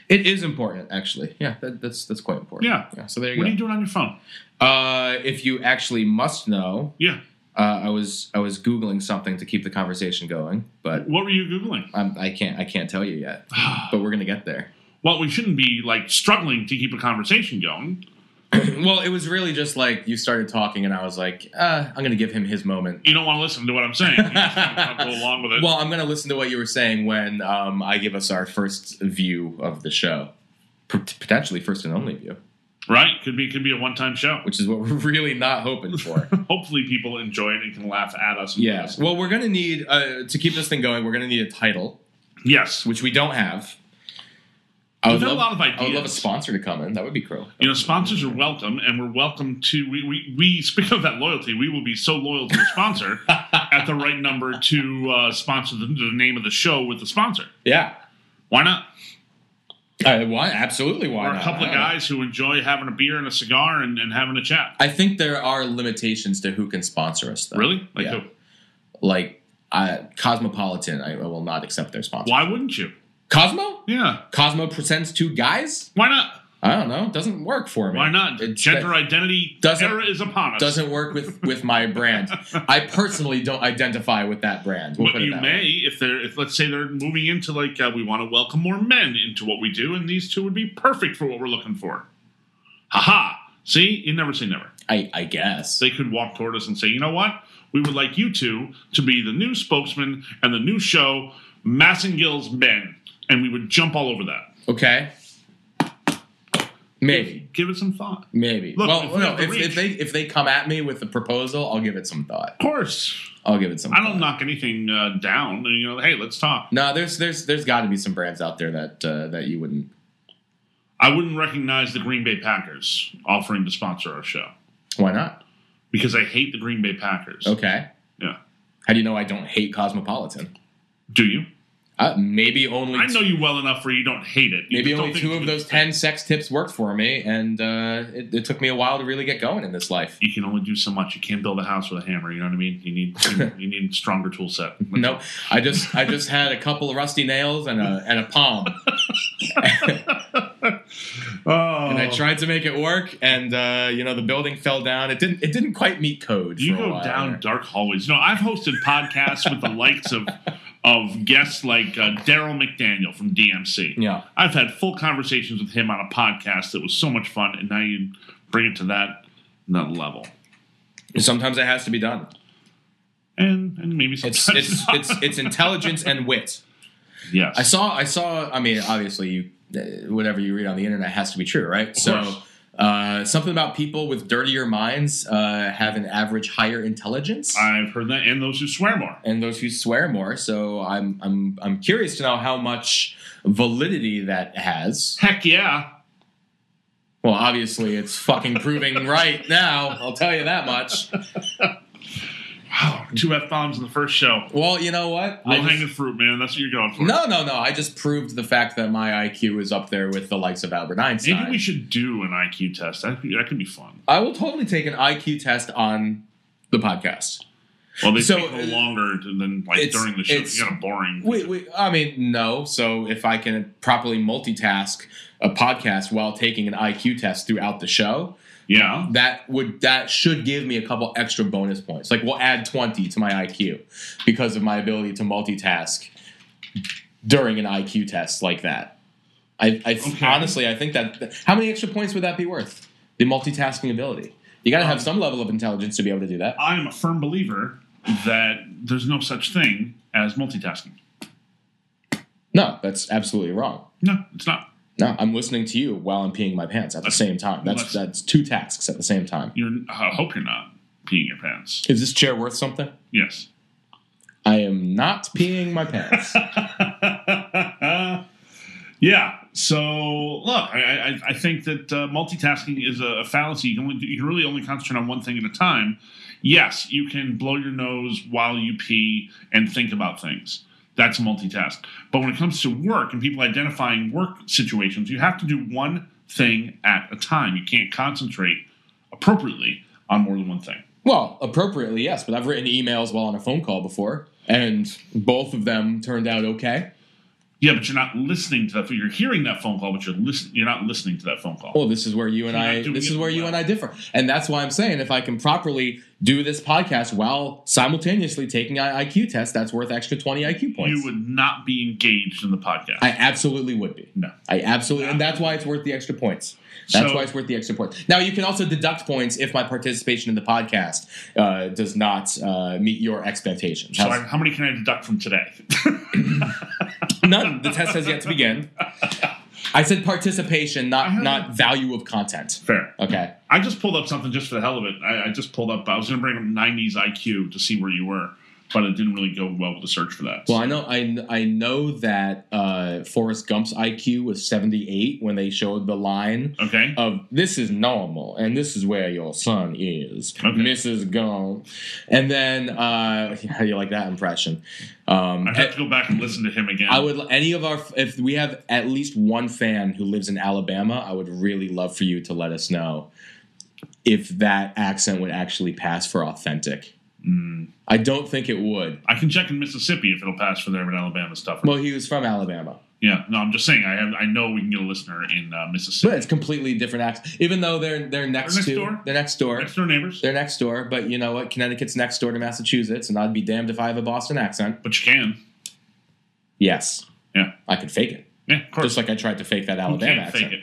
Speaker 2: It is important, actually. Yeah, that, that's that's quite important.
Speaker 1: Yeah.
Speaker 2: So there you
Speaker 1: What are
Speaker 2: go.
Speaker 1: you doing on your phone?
Speaker 2: uh, if you actually must know,
Speaker 1: Yeah.
Speaker 2: uh, I was I was googling something to keep the conversation going, but
Speaker 1: What were you googling?
Speaker 2: I'm, I can't I can't tell you yet. But we're gonna get there.
Speaker 1: well, we shouldn't be like struggling to keep a conversation going.
Speaker 2: well, it was really just like you started talking, and I was like, uh, I'm gonna give him his moment.
Speaker 1: You don't want to listen to what I'm saying. You just kinda go along with it.
Speaker 2: Well, I'm going to listen to what you were saying when um, I give us our first view of the show, P- potentially first and only view,
Speaker 1: right? Could be could be a one time show.
Speaker 2: which is what we're really not hoping for.
Speaker 1: Hopefully, people enjoy it and can laugh at us. and
Speaker 2: yeah.
Speaker 1: listen.
Speaker 2: Well, we're going to need uh, to keep this thing going. We're going to need a title,
Speaker 1: Yes.
Speaker 2: which we don't have. I would,
Speaker 1: We've had
Speaker 2: love,
Speaker 1: a lot of
Speaker 2: I would love a
Speaker 1: ideas.
Speaker 2: sponsor to come in. That would be cool.
Speaker 1: You know, sponsors are welcome, and we're welcome to. We, we, we speak of that loyalty. We will be so loyal to the sponsor at the right number to uh, sponsor the, the name of the show with the sponsor.
Speaker 2: Yeah.
Speaker 1: Why not?
Speaker 2: Uh, why? Absolutely. Why
Speaker 1: We're
Speaker 2: not?
Speaker 1: a couple
Speaker 2: I
Speaker 1: of
Speaker 2: don't know.
Speaker 1: guys who enjoy having a beer and a cigar and, and having a chat.
Speaker 2: I think there are limitations to who can sponsor us, though.
Speaker 1: Really? Like,
Speaker 2: Yeah.
Speaker 1: who?
Speaker 2: Like I, Cosmopolitan, I, I will not accept their sponsor.
Speaker 1: why wouldn't you?
Speaker 2: Cosmo?
Speaker 1: Yeah.
Speaker 2: Cosmo presents two guys?
Speaker 1: Why not?
Speaker 2: I don't know. It doesn't work for me.
Speaker 1: Why not?
Speaker 2: It-
Speaker 1: Gender
Speaker 2: that
Speaker 1: identity
Speaker 2: doesn't-
Speaker 1: era is upon us.
Speaker 2: doesn't work with with my brand. I personally don't identify with that brand. We'll
Speaker 1: but
Speaker 2: put it
Speaker 1: you
Speaker 2: that
Speaker 1: may
Speaker 2: way.
Speaker 1: if they're if let's say they're moving into like uh, we want to welcome more men into what we do, and these two would be perfect for what we're looking for. Haha. See, you never say never.
Speaker 2: I, I guess.
Speaker 1: They could walk toward us and say, you know what? We would like you two to be the new spokesman and the new show, Massengill's Men, and we would jump all over that.
Speaker 2: Okay. Maybe.
Speaker 1: Give it some thought.
Speaker 2: Maybe.
Speaker 1: Look,
Speaker 2: well,
Speaker 1: if we
Speaker 2: no.
Speaker 1: have the
Speaker 2: If, if
Speaker 1: reach-
Speaker 2: they if they come at me with the proposal, I'll give it some thought.
Speaker 1: Of course,
Speaker 2: I'll give it some.
Speaker 1: I don't
Speaker 2: thought.
Speaker 1: knock anything uh, down. You know, hey, let's talk.
Speaker 2: No, there's there's there's got to be some brands out there that uh, that you wouldn't.
Speaker 1: I wouldn't recognize the Green Bay Packers offering to sponsor our show
Speaker 2: Why not?
Speaker 1: because I hate the Green Bay Packers.
Speaker 2: Okay.
Speaker 1: Yeah.
Speaker 2: How do you know I don't hate Cosmopolitan?
Speaker 1: Do you?
Speaker 2: Uh, maybe only
Speaker 1: I know you well enough where you don't hate it. You
Speaker 2: maybe
Speaker 1: just don't
Speaker 2: only
Speaker 1: think
Speaker 2: two
Speaker 1: it's
Speaker 2: of
Speaker 1: good.
Speaker 2: those ten sex tips worked for me, and uh, it, it took me a while to really get going in this life.
Speaker 1: You can only do so much. You can't build a house with a hammer. You know what I mean? You need you need a stronger tool set.
Speaker 2: Nope. I just I just had a couple of rusty nails and a and a palm,
Speaker 1: Oh,
Speaker 2: and I tried to make it work, and uh, you know the building fell down. It didn't it didn't quite meet code.
Speaker 1: you
Speaker 2: for a
Speaker 1: go
Speaker 2: while
Speaker 1: down
Speaker 2: there.
Speaker 1: dark hallways. No, I've hosted podcasts with the likes of of guests like uh, Daryl McDaniel from DMC.
Speaker 2: Yeah.
Speaker 1: I've had full conversations with him on a podcast that was so much fun, and now you bring it to that that level.
Speaker 2: Sometimes it has to be done.
Speaker 1: And and maybe sometimes
Speaker 2: It's it's it's it's intelligence and wit.
Speaker 1: yes.
Speaker 2: I saw. I saw. I mean, obviously, you uh, whatever you read on the internet has to be true, right? so,
Speaker 1: course.
Speaker 2: uh, something about people with dirtier minds uh, have an average higher intelligence,
Speaker 1: I've heard that, and those who swear more.
Speaker 2: and those who swear more. So, I'm I'm I'm curious to know how much validity that has.
Speaker 1: Heck yeah.
Speaker 2: Well, obviously, it's fucking proving right now. I'll tell you that much.
Speaker 1: Wow, two F bombs in the first show.
Speaker 2: Well, you know what? I
Speaker 1: Low
Speaker 2: just-
Speaker 1: hanging fruit, man. That's what you're going for.
Speaker 2: no, no, no. I just proved the fact that my IQ is up there with the likes of Albert Einstein.
Speaker 1: Maybe we should do an IQ test. That could, that could be fun.
Speaker 2: I will totally take an IQ test on the podcast.
Speaker 1: Well, they
Speaker 2: So,
Speaker 1: take a little
Speaker 2: uh,
Speaker 1: longer to- than like
Speaker 2: it's-
Speaker 1: during the show.
Speaker 2: it's-
Speaker 1: It's kind of boring.
Speaker 2: We, we, I mean, no. So if I can properly multitask a podcast while taking an IQ test throughout the show,
Speaker 1: yeah.
Speaker 2: that would that should give me a couple extra bonus points. Like we'll add twenty to my IQ because of my ability to multitask during an IQ test like that. I, I
Speaker 1: Okay.
Speaker 2: honestly, I think that how many extra points would that be worth? The multitasking ability. You got to have some level of intelligence to be able to do that.
Speaker 1: I am a firm believer that there's no such thing as multitasking.
Speaker 2: No, that's absolutely wrong.
Speaker 1: No, it's not.
Speaker 2: No, I'm listening to you while I'm peeing my pants at the same time. That's
Speaker 1: Well,
Speaker 2: that's two tasks at the same time.
Speaker 1: You're, I hope you're not peeing your pants.
Speaker 2: Is this chair worth something?
Speaker 1: Yes.
Speaker 2: I am not peeing my pants.
Speaker 1: yeah. So look, I, I, I think that uh, multitasking is a, a fallacy. You can, only, you can really only concentrate on one thing at a time. Yes, you can blow your nose while you pee and think about things. That's multitask. But when it comes to work and people identifying work situations, you have to do one thing at a time. You can't concentrate appropriately on more than one thing.
Speaker 2: well, appropriately, yes, but I've written emails while on a phone call before, and both of them turned out okay.
Speaker 1: Yeah, but you're not listening to that. You're hearing that phone call, but you're listen, You're not listening to that phone call.
Speaker 2: Well, this is where you and
Speaker 1: You're not
Speaker 2: I
Speaker 1: doing
Speaker 2: this
Speaker 1: it
Speaker 2: is where you
Speaker 1: well.
Speaker 2: and I differ. And that's why I'm saying if I can properly do this podcast while simultaneously taking an IQ test, that's worth extra 20 IQ points.
Speaker 1: you would not be engaged in the podcast.
Speaker 2: I absolutely would be.
Speaker 1: No.
Speaker 2: I absolutely, and that's why it's worth the extra points. That's
Speaker 1: So-
Speaker 2: why it's worth the extra points. Now you can also deduct points if my participation in the podcast uh, does not uh, meet your expectations.
Speaker 1: so I,
Speaker 2: How's-
Speaker 1: how many can I deduct from today?
Speaker 2: None. The test has yet to begin. I said participation,
Speaker 1: I
Speaker 2: not
Speaker 1: haven't-
Speaker 2: not value of content.
Speaker 1: Fair.
Speaker 2: Okay.
Speaker 1: I just pulled up something just for the hell of it. I, I just pulled up. I was going to bring up '90s IQ to see where you were, but it didn't really go well with the search for that.
Speaker 2: Well, I know I, I know that uh, Forrest Gump's IQ was 78 when they showed the line
Speaker 1: okay.
Speaker 2: of this is normal and this is where your son is,
Speaker 1: Okay.
Speaker 2: Mrs. Gone. And then uh, how do you like that impression? Um,
Speaker 1: I have to go back and listen to him again.
Speaker 2: I would any of our if we have at least one fan who lives in Alabama, I would really love for you to let us know if that accent would actually pass for authentic.
Speaker 1: Mm.
Speaker 2: I don't think it would.
Speaker 1: I can check in Mississippi if it'll pass for there, but Alabama stuff.
Speaker 2: Well, he was from Alabama.
Speaker 1: Yeah, no, I'm just saying. I have, I know we can get a listener in uh, Mississippi.
Speaker 2: But it's completely different accent. Even though they're they're next,
Speaker 1: next
Speaker 2: to
Speaker 1: door.
Speaker 2: they're next door.
Speaker 1: Next door neighbors,
Speaker 2: They're next door, but you know what? Connecticut's next door to Massachusetts, and I'd be damned if I have a Boston accent.
Speaker 1: but you can.
Speaker 2: Yes.
Speaker 1: Yeah.
Speaker 2: I could fake it.
Speaker 1: Yeah, of course.
Speaker 2: Just like I tried to fake that
Speaker 1: Who
Speaker 2: Alabama
Speaker 1: can't fake it?
Speaker 2: accent.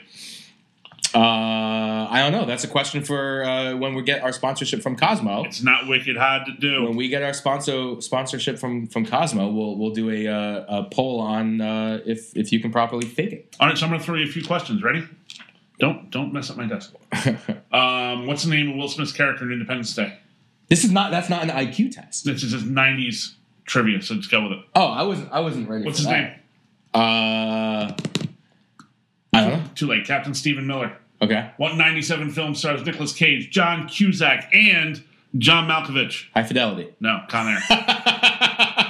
Speaker 2: Uh, I don't know. That's a question for uh, when we get our sponsorship from Cosmo.
Speaker 1: It's not wicked hard to do.
Speaker 2: when we get our sponsor sponsorship from from Cosmo, we'll we'll do a uh, a poll on uh, if if you can properly fake
Speaker 1: All right, so I'm going to throw you a few questions. Ready? Don't don't mess up my desk.
Speaker 2: it.
Speaker 1: Um, what's the name of Will Smith's character in Independence Day?
Speaker 2: this is not that's not an IQ test.
Speaker 1: This is just 90s trivia, so just go with it.
Speaker 2: Oh, I wasn't I wasn't ready.
Speaker 1: What's his
Speaker 2: for that.
Speaker 1: name?
Speaker 2: Uh, I don't know.
Speaker 1: Too late. Captain Stephen Miller.
Speaker 2: Okay,
Speaker 1: What 97 film stars Nicolas Cage, John Cusack, and John Malkovich?
Speaker 2: high fidelity.
Speaker 1: No, Con Air.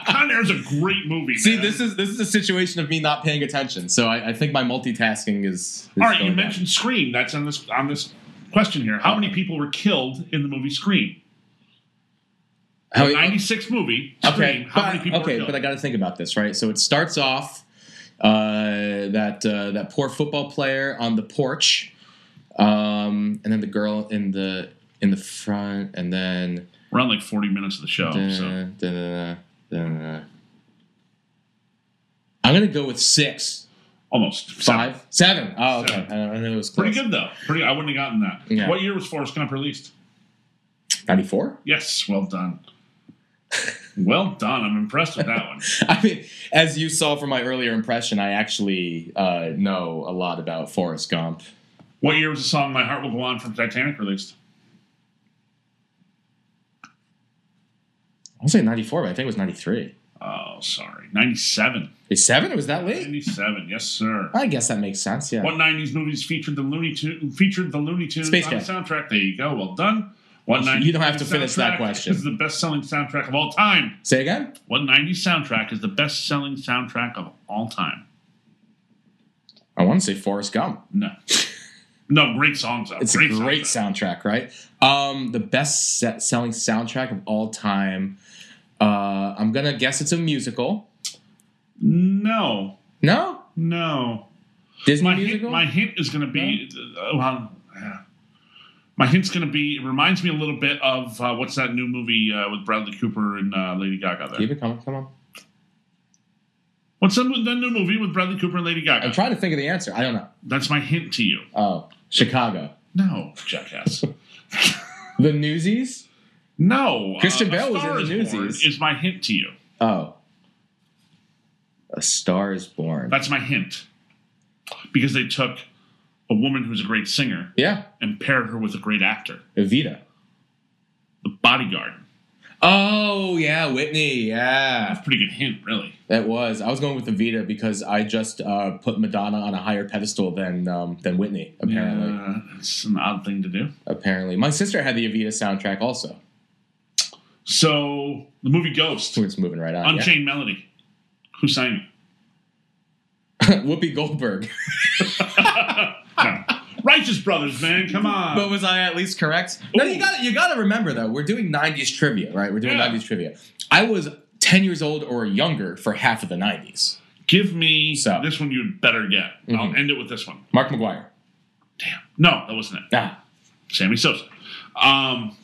Speaker 1: Con Air's a great movie.
Speaker 2: See,
Speaker 1: man.
Speaker 2: this is this is a situation of me not paying attention. So I, I think my multitasking is. is
Speaker 1: All right,
Speaker 2: going
Speaker 1: you
Speaker 2: down.
Speaker 1: mentioned Scream. That's on this on this question here. How many people were killed in the movie Scream?
Speaker 2: How-
Speaker 1: 96 movie. Scream.
Speaker 2: Okay,
Speaker 1: How many
Speaker 2: but,
Speaker 1: people were
Speaker 2: okay,
Speaker 1: killed?
Speaker 2: but I got to think about this, right? So it starts off uh, that uh, that poor football player on the porch, um, and then the girl in the in the front, and then
Speaker 1: We're on like 40 minutes of the show. so.
Speaker 2: da- da- da- da- da. I'm gonna go with six,
Speaker 1: Almost. Seven.
Speaker 2: five, seven. Oh, okay.
Speaker 1: Seven.
Speaker 2: I, I know it was
Speaker 1: Pretty
Speaker 2: close.
Speaker 1: good, though. Pretty. I wouldn't have gotten that.
Speaker 2: Yeah.
Speaker 1: What year was Forrest Gump released?
Speaker 2: Ninety-four.
Speaker 1: Yes, well done. well done. I'm impressed with that one.
Speaker 2: I mean, as you saw from my earlier impression, I actually uh, know a lot about Forrest Gump.
Speaker 1: What year was the song My Heart Will Go On from Titanic released?
Speaker 2: I'll say ninety-four, but I think it was ninety-three.
Speaker 1: Oh, sorry. 97.
Speaker 2: Is seven? It was that late?
Speaker 1: 97, yes, sir.
Speaker 2: I guess that makes sense. Yeah.
Speaker 1: What 90s movies featured the Looney Tunes, featured the Looney Tunes
Speaker 2: Space
Speaker 1: on the
Speaker 2: Jam.
Speaker 1: soundtrack? There you go. Well done. What
Speaker 2: You
Speaker 1: 90s
Speaker 2: don't have to finish that
Speaker 1: soundtrack
Speaker 2: question.
Speaker 1: Is the best-selling soundtrack of all time.
Speaker 2: Say again.
Speaker 1: What 90s soundtrack is the best-selling soundtrack of all time?
Speaker 2: I want to say Forrest Gump.
Speaker 1: No. No, great songs. though.
Speaker 2: It's
Speaker 1: great
Speaker 2: a great soundtrack, right? Um, the best se- selling soundtrack of all time. Uh, I'm gonna guess it's a musical.
Speaker 1: No,
Speaker 2: No,
Speaker 1: no.
Speaker 2: Disney
Speaker 1: my hint,
Speaker 2: musical.
Speaker 1: my hint is going to be uh, well. yeah. My hint's going to be. It reminds me a little bit of uh, what's that new movie uh, with Bradley Cooper and uh, Lady Gaga? There.
Speaker 2: Keep it coming. Come on.
Speaker 1: What's that, mo- that new movie with Bradley Cooper and Lady Gaga?
Speaker 2: I'm trying to think of the answer. I don't know.
Speaker 1: That's my hint to you.
Speaker 2: Oh, Chicago.
Speaker 1: No, jackass.
Speaker 2: The Newsies.
Speaker 1: No. uh,
Speaker 2: Christian
Speaker 1: A
Speaker 2: Bale was
Speaker 1: Star
Speaker 2: in the
Speaker 1: is Born
Speaker 2: Newsies.
Speaker 1: Is my hint to you?
Speaker 2: Oh, A Star Is Born.
Speaker 1: That's my hint. Because they took a woman who's a great singer
Speaker 2: yeah,
Speaker 1: and paired her with a great actor,
Speaker 2: Evita.
Speaker 1: The Bodyguard.
Speaker 2: Oh yeah, Whitney. Yeah.
Speaker 1: That's a pretty good hint, really.
Speaker 2: That was. I was going with Evita because I just uh, put Madonna on a higher pedestal than um, than Whitney. Apparently,
Speaker 1: Yeah, that's an odd thing to do.
Speaker 2: apparently, my sister had the Evita soundtrack also.
Speaker 1: So the movie Ghost,
Speaker 2: So it's moving right on. yeah.
Speaker 1: Unchained Melody, who sang it?
Speaker 2: Whoopi Goldberg.
Speaker 1: No. Righteous Brothers, man, come on.
Speaker 2: but was I at least correct? No,
Speaker 1: Ooh.
Speaker 2: you got to you got to remember though. We're doing '90s trivia, right? We're doing
Speaker 1: Yeah.
Speaker 2: '90s trivia. I was 10 years old or younger for half of the '90s.
Speaker 1: Give me
Speaker 2: So.
Speaker 1: this one. You'd better get. I'll
Speaker 2: Mhm.
Speaker 1: end it with this one.
Speaker 2: Mark McGuire.
Speaker 1: Damn. No, that wasn't it.
Speaker 2: Ah,
Speaker 1: Sammy Sosa. Um,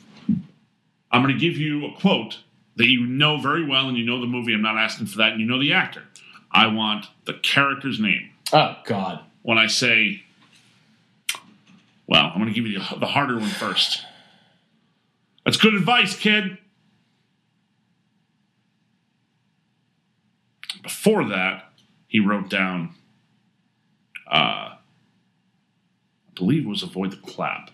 Speaker 1: I'm going to give you a quote that you know very well, and you know the movie. I'm not asking for that, and you know the actor. I want the character's name.
Speaker 2: oh God.
Speaker 1: when I say, well, I'm going to give you the, the harder one first. That's good advice, kid. Before that, he wrote down, uh, I believe it was avoid the clap.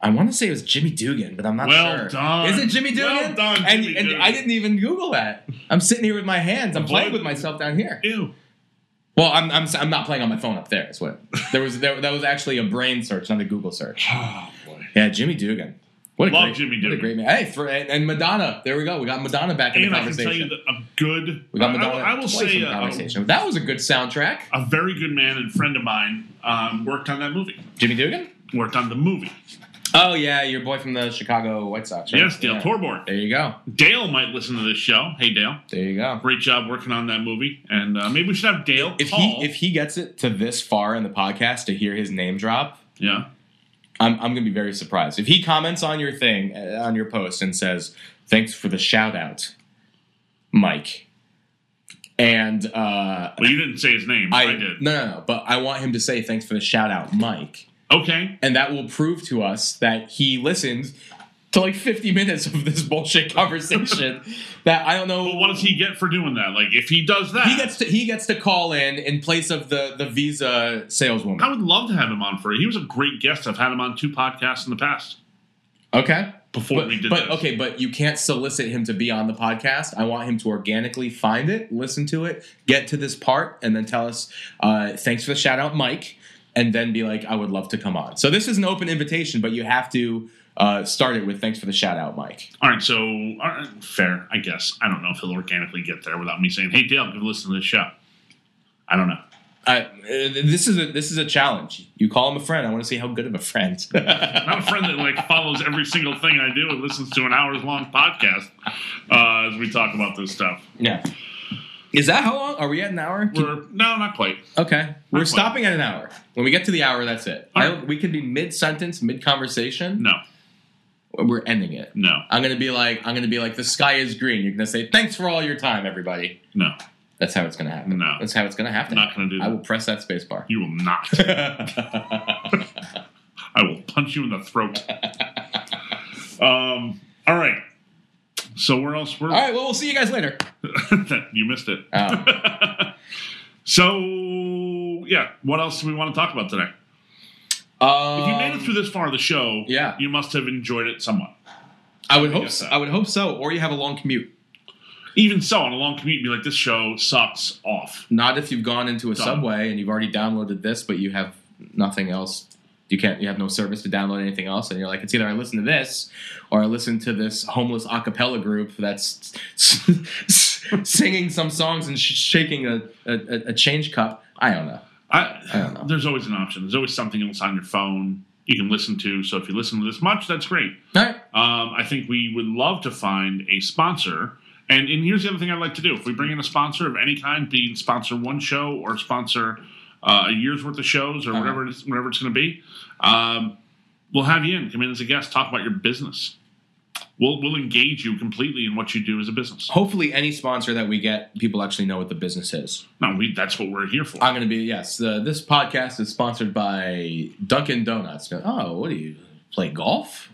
Speaker 2: I want to say it was Jimmy Dugan, but I'm not
Speaker 1: Well
Speaker 2: sure.
Speaker 1: done.
Speaker 2: Is it Jimmy Dugan?
Speaker 1: Well done,
Speaker 2: and,
Speaker 1: Jimmy
Speaker 2: and
Speaker 1: Dugan.
Speaker 2: I didn't even Google that. I'm sitting here with my hands. I'm
Speaker 1: Avoid-
Speaker 2: playing with myself down here.
Speaker 1: Ew.
Speaker 2: Well, I'm, I'm, I'm not playing on my phone up there. Is what there was. There, that was actually a brain search, not a Google search.
Speaker 1: Oh, boy.
Speaker 2: Yeah, Jimmy Dugan. What a
Speaker 1: Love
Speaker 2: great,
Speaker 1: Jimmy
Speaker 2: What a
Speaker 1: Dugan.
Speaker 2: great man. Hey, for, and, and Madonna. There we go. We got Madonna back in
Speaker 1: And
Speaker 2: the
Speaker 1: I can tell you
Speaker 2: conversation.
Speaker 1: that a good,
Speaker 2: we
Speaker 1: I-
Speaker 2: got
Speaker 1: I
Speaker 2: Madonna.
Speaker 1: will- I, will
Speaker 2: twice
Speaker 1: say uh,
Speaker 2: in the
Speaker 1: a,
Speaker 2: conversation. that was a good soundtrack.
Speaker 1: a very good man and friend of mine um, worked on that movie,
Speaker 2: Jimmy Dugan.
Speaker 1: worked on the movie.
Speaker 2: Oh yeah, your boy from the Chicago White Sox. Right?
Speaker 1: Yes, Dale
Speaker 2: Yeah.
Speaker 1: Torborg.
Speaker 2: There you go.
Speaker 1: Dale might listen to this show. Hey, Dale.
Speaker 2: There you go.
Speaker 1: Great job working on that movie. And uh, maybe we should have Dale
Speaker 2: If
Speaker 1: call.
Speaker 2: he if he gets it to this far in the podcast to hear his name drop,
Speaker 1: yeah.
Speaker 2: I'm I'm gonna be very surprised. If he comments on your thing uh, on your post and says thanks for the shout out, Mike, and uh,
Speaker 1: Well, you didn't say his name. I, did.
Speaker 2: No, no, no. But I want him to say thanks for the shout out, Mike.
Speaker 1: Okay.
Speaker 2: And that will prove to us that he listened to like 50 minutes of this bullshit conversation that I don't know.
Speaker 1: Well, what does he get for doing that? Like, if he does that,
Speaker 2: he gets to he gets to call in in place of the the visa
Speaker 1: I
Speaker 2: saleswoman.
Speaker 1: would love to have him on for it. He was a great guest. I've had him on two podcasts in the past
Speaker 2: Okay.
Speaker 1: before
Speaker 2: But,
Speaker 1: we did
Speaker 2: but
Speaker 1: this.
Speaker 2: okay, but you can't solicit him to be on the podcast. I want him to organically find it, listen to it, get to this part, and then tell us, uh, thanks for the shout out, Mike, and then be like, I would love to come on. So this is an open invitation, but you have to uh, start it with thanks for the shout out, Mike.
Speaker 1: All right. So, all right, fair, I guess. I don't know if he'll organically get there without me saying, hey, Dale, give a listen to this show. I don't know.
Speaker 2: I, uh, this is a this is a challenge. You call him a friend. I want to see how good of a friend.
Speaker 1: Not a friend that like follows every single thing I do and listens to an hours long podcast uh, as we talk about this stuff.
Speaker 2: yeah. Is that how long? Are we at an hour?
Speaker 1: We're no, not quite.
Speaker 2: Okay.
Speaker 1: Not
Speaker 2: We're
Speaker 1: quite.
Speaker 2: stopping at an hour. When we get to the hour, that's it.
Speaker 1: All
Speaker 2: I,
Speaker 1: right.
Speaker 2: we could be mid sentence, mid conversation.
Speaker 1: No,
Speaker 2: We're ending it.
Speaker 1: no,
Speaker 2: I'm gonna be like, I'm gonna be like, the sky is green. You're gonna say, thanks for all your time, everybody.
Speaker 1: no.
Speaker 2: That's how it's gonna happen.
Speaker 1: No.
Speaker 2: That's how it's gonna happen.
Speaker 1: Not gonna do
Speaker 2: I
Speaker 1: that.
Speaker 2: will press that space bar.
Speaker 1: You will not. I will punch you in the throat. Um. All right. So where else were
Speaker 2: all right. Well, we'll see you guys later.
Speaker 1: you missed it.
Speaker 2: Oh.
Speaker 1: so yeah, what else do we want to talk about today? If you made
Speaker 2: Um,
Speaker 1: it through this far of the show,
Speaker 2: yeah.
Speaker 1: you must have enjoyed it somewhat.
Speaker 2: I would
Speaker 1: I
Speaker 2: hope
Speaker 1: guess
Speaker 2: so.
Speaker 1: so.
Speaker 2: I would hope so. Or you have a long commute.
Speaker 1: Even so, on a long commute, you'd be like, "This show sucks off."
Speaker 2: Not if you've gone into a
Speaker 1: Done.
Speaker 2: subway and you've already downloaded this, but you have nothing else. You can't. You have no service to download anything else, and you're like, it's either I listen to this, or I listen to this homeless a cappella group that's singing some songs and sh- shaking a, a a- a change cup. I don't know.
Speaker 1: I,
Speaker 2: I don't know.
Speaker 1: There's always an option. There's always something else on your phone you can listen to. So if you listen to this much, that's great.
Speaker 2: All right.
Speaker 1: Um, I think we would love to find a sponsor. And, and here's the other thing I'd like to do. If we bring in a sponsor of any kind, be it sponsor one show or sponsor uh, a year's worth of shows or
Speaker 2: Uh-huh.
Speaker 1: whatever, it is, whatever it's going to be, um, we'll have you in. Come in as a guest. Talk about your business. We'll, we'll engage you completely in what you do as a business.
Speaker 2: Hopefully, any sponsor that we get, people actually know what the business is.
Speaker 1: No, we, that's what we're here for.
Speaker 2: I'm going to be yes. Uh, this podcast is sponsored by Dunkin' Donuts. Oh, what do you play golf?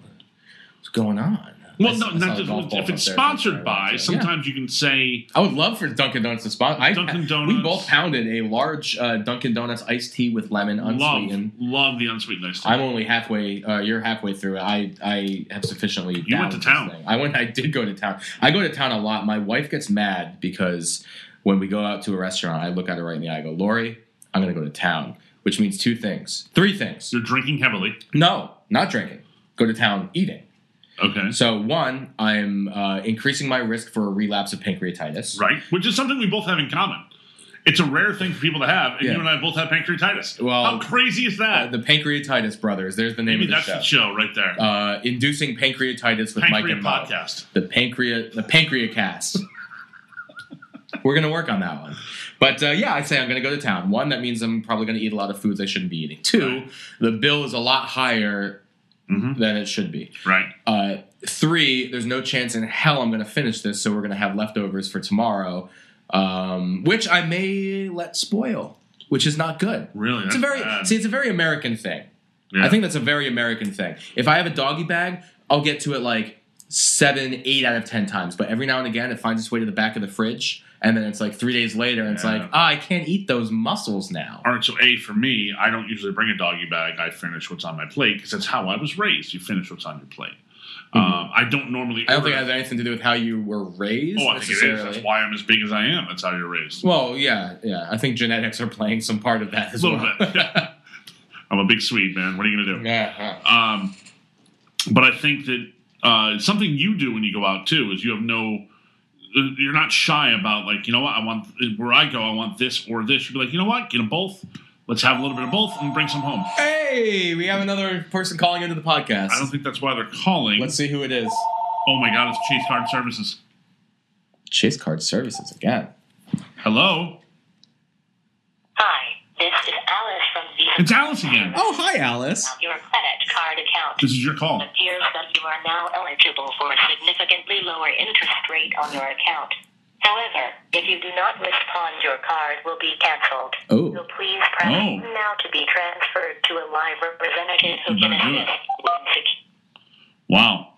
Speaker 2: What's going on? I
Speaker 1: well,
Speaker 2: s-
Speaker 1: no,
Speaker 2: I saw
Speaker 1: not
Speaker 2: a
Speaker 1: just,
Speaker 2: golf ball
Speaker 1: if it's
Speaker 2: up there.
Speaker 1: sponsored by,
Speaker 2: Yeah.
Speaker 1: sometimes you can say,
Speaker 2: I would love for Dunkin' Donuts to sponsor. I-
Speaker 1: Dunkin'
Speaker 2: We
Speaker 1: Donuts.
Speaker 2: both pounded a large uh, Dunkin' Donuts iced tea with lemon
Speaker 1: love,
Speaker 2: unsweetened.
Speaker 1: love the unsweetened iced tea.
Speaker 2: I'm only halfway. Uh, you're halfway through. I I have sufficiently.
Speaker 1: You went
Speaker 2: downed
Speaker 1: to
Speaker 2: this
Speaker 1: town.
Speaker 2: thing. I went. I did go to town. I go to town a lot. My wife gets mad because when we go out to a restaurant, I look at her right in the eye. I go, Lori, I'm going to go to town, which means two things, three things.
Speaker 1: You're drinking heavily.
Speaker 2: No, not drinking. Go to town eating.
Speaker 1: Okay.
Speaker 2: So one, I'm uh, increasing my risk for a relapse of pancreatitis.
Speaker 1: Right. Which is something we both have in common. It's a rare thing for people to have, and
Speaker 2: Yeah.
Speaker 1: you and I both have pancreatitis.
Speaker 2: Well,
Speaker 1: How crazy is
Speaker 2: Uh,
Speaker 1: that?
Speaker 2: the pancreatitis brothers. There's the name
Speaker 1: Maybe
Speaker 2: of the
Speaker 1: that's
Speaker 2: show.
Speaker 1: the show right there.
Speaker 2: Uh, inducing pancreatitis with Mike
Speaker 1: Pancreas
Speaker 2: and Mo.
Speaker 1: podcast.
Speaker 2: The pancreas, the pancreacast. We're gonna work on that one, but uh, yeah, I say I'm gonna go to town. One, that means I'm probably gonna eat a lot of foods I shouldn't be eating. Two,
Speaker 1: Right.
Speaker 2: the bill is a lot higher
Speaker 1: Mhm.
Speaker 2: than it should be.
Speaker 1: Right.
Speaker 2: Uh, three, there's no chance in hell I'm gonna finish this, so we're gonna have leftovers for tomorrow, um, which I may let spoil, which is not good.
Speaker 1: Really?
Speaker 2: It's a
Speaker 1: that's
Speaker 2: very
Speaker 1: bad.
Speaker 2: see, it's a very American thing.
Speaker 1: Yeah.
Speaker 2: I think that's a very American thing. If I have a doggy bag, I'll get to it like seven, eight out of ten times. But every now and again, it finds its way to the back of the fridge, and then it's like three days later, and it's
Speaker 1: Yeah.
Speaker 2: like, ah, I can't eat those mussels now.
Speaker 1: All right. So, A, for me, I don't usually bring a doggy bag. I finish what's on my plate because that's how I was raised. You finish what's on your plate. Um, I don't normally.
Speaker 2: Mm-hmm. I don't think
Speaker 1: order-
Speaker 2: it has anything to do with how you were raised
Speaker 1: Oh, I think it is.
Speaker 2: necessarily.
Speaker 1: That's why I'm as big as I am. That's how you're raised.
Speaker 2: well, yeah, yeah. I think genetics are playing some part of that as
Speaker 1: A little
Speaker 2: well.
Speaker 1: bit. I'm a big Swede, man. What are you going to do?
Speaker 2: Yeah,
Speaker 1: Um, but I think that uh, something you do when you go out too is you have no, uh, you're not shy about like you know what I want where I go I want this or this. You'd be like you know what get them both. Let's have a little bit of both and bring some home.
Speaker 2: Hey, we have another person calling into the podcast.
Speaker 1: I don't think that's why they're calling.
Speaker 2: Let's see who it is.
Speaker 1: oh my God, it's Chase Card Services.
Speaker 2: Chase Card Services again.
Speaker 1: Hello,
Speaker 3: Hi, this is Alice from Visa.
Speaker 1: it's Alice again.
Speaker 2: Oh, hi, Alice.
Speaker 3: About Your credit card account.
Speaker 1: This is your call.
Speaker 3: It appears that you are now eligible for a significantly lower interest rate on your account. However, if you do not respond, your card will be canceled.
Speaker 2: Oh.
Speaker 3: So please press
Speaker 1: Oh.
Speaker 3: now to be transferred to a live representative who
Speaker 1: You
Speaker 3: can
Speaker 1: better do it.
Speaker 3: assist. with sec-
Speaker 1: Wow,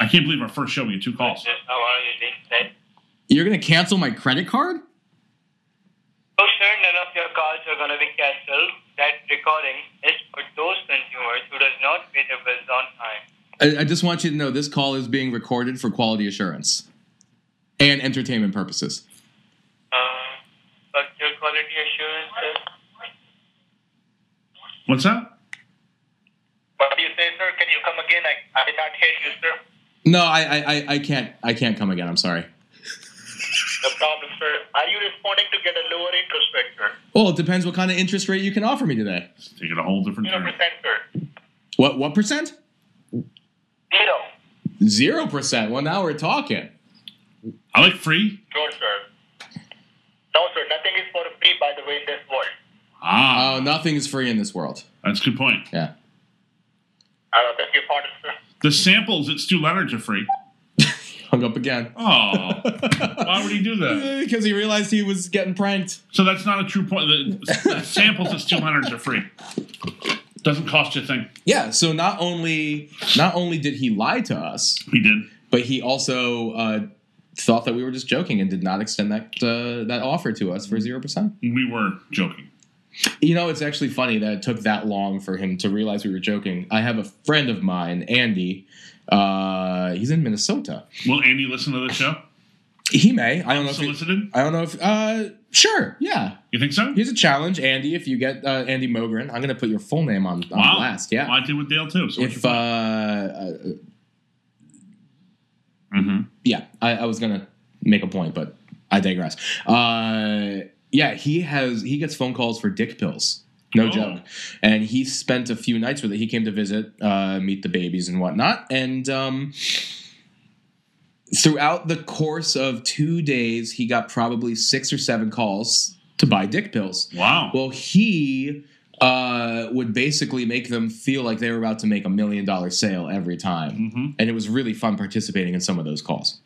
Speaker 1: I can't believe our first show we get two calls.
Speaker 4: How are you doing today?
Speaker 2: You're going to cancel my credit card?
Speaker 4: Oh, sir, none of your calls are going to be canceled. That recording is for those consumers who does not pay their bills on time.
Speaker 2: I, I just want you to know this call is being recorded for quality assurance and entertainment purposes.
Speaker 4: Uh, but your quality assurance, sir?
Speaker 1: What's that?
Speaker 4: What do you say, sir? Can you come again? I, I did not hear you, sir.
Speaker 2: No, I, I, I- I can't. I can't come again. I'm sorry.
Speaker 4: No problem, sir. Are you responding to get a lower interest rate, sir?
Speaker 2: Well, it depends what kind of interest rate you can offer me today.
Speaker 1: It's taking a whole different
Speaker 4: Zero
Speaker 1: turn.
Speaker 4: percent, sir.
Speaker 2: What? What percent?
Speaker 4: Zero.
Speaker 2: Zero percent. Well, now we're talking.
Speaker 1: I like free.
Speaker 4: Sure, sir. No, sir. Nothing is for free, by the way, in this world.
Speaker 1: Ah,
Speaker 2: Oh, nothing is free in this world.
Speaker 1: that's a good point.
Speaker 2: Yeah.
Speaker 4: I beg your pardon, sir.
Speaker 1: The samples at Stu Leonard's are free.
Speaker 2: Hung up again.
Speaker 1: Oh, why would he do that?
Speaker 2: Because he realized he was getting pranked.
Speaker 1: So that's not a true point. The, the samples at Stu Leonard's are free. Doesn't cost you a thing.
Speaker 2: Yeah. So not only not only did he lie to us,
Speaker 1: He did.
Speaker 2: but he also uh, thought that we were just joking and did not extend that uh, that offer to us
Speaker 1: Mm-hmm.
Speaker 2: for zero percent.
Speaker 1: We were joking.
Speaker 2: You know, it's actually funny that it took that long for him to realize we were joking. I have a friend of mine, Andy. Uh, he's in Minnesota.
Speaker 1: Will Andy listen to the show?
Speaker 2: He may. I don't know if. he-
Speaker 1: Solicited?
Speaker 2: I don't know if. Uh, sure. Yeah.
Speaker 1: You think so?
Speaker 2: Here's a challenge, Andy. If you get uh, Andy Mogren, I'm going to put your full name on, on
Speaker 1: Wow.
Speaker 2: blast. Yeah.
Speaker 1: Well, I did with Dale too. So
Speaker 2: if uh, uh,
Speaker 1: mm-hmm.
Speaker 2: yeah, I, I was gonna make a point, but I digress. Uh, yeah, he has he gets phone calls for dick pills. No
Speaker 1: Oh.
Speaker 2: joke. And he spent a few nights with it. He came to visit, uh, meet the babies and whatnot. And um, throughout the course of two days, he got probably six or seven calls to buy dick pills.
Speaker 1: Wow.
Speaker 2: Well, he uh, would basically make them feel like they were about to make a million dollar sale every time
Speaker 1: hmm
Speaker 2: and it was really fun participating in some of those calls.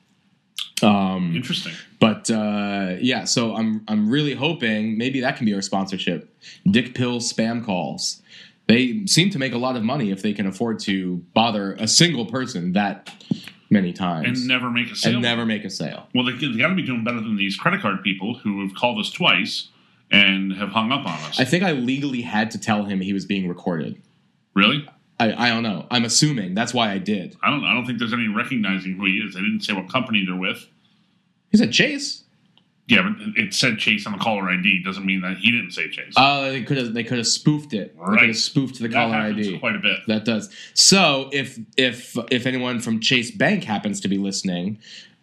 Speaker 2: Um,
Speaker 1: Interesting.
Speaker 2: but uh, yeah, so I'm I'm really hoping maybe that can be our sponsorship. Dick pill spam calls. They seem to make a lot of money if they can afford to bother a single person that many times
Speaker 1: And never make a
Speaker 2: and
Speaker 1: sale.
Speaker 2: never make a sale.
Speaker 1: Well, they, they got to be doing better than these credit card people who have called us twice and have hung up on us.
Speaker 2: I think I legally had to tell him he was being recorded.
Speaker 1: really?
Speaker 2: I, I don't know. I'm assuming that's why I did.
Speaker 1: I don't. I don't think there's any recognizing who he is. They didn't say what company they're with.
Speaker 2: He said Chase.
Speaker 1: Yeah, but it said Chase on the caller ID. Doesn't mean that he didn't say Chase.
Speaker 2: Uh, they could have they could have spoofed it. They could
Speaker 1: Right.
Speaker 2: have spoofed the
Speaker 1: that
Speaker 2: caller
Speaker 1: happens
Speaker 2: ID.
Speaker 1: quite a bit.
Speaker 2: That does. So if if if anyone from Chase Bank happens to be listening,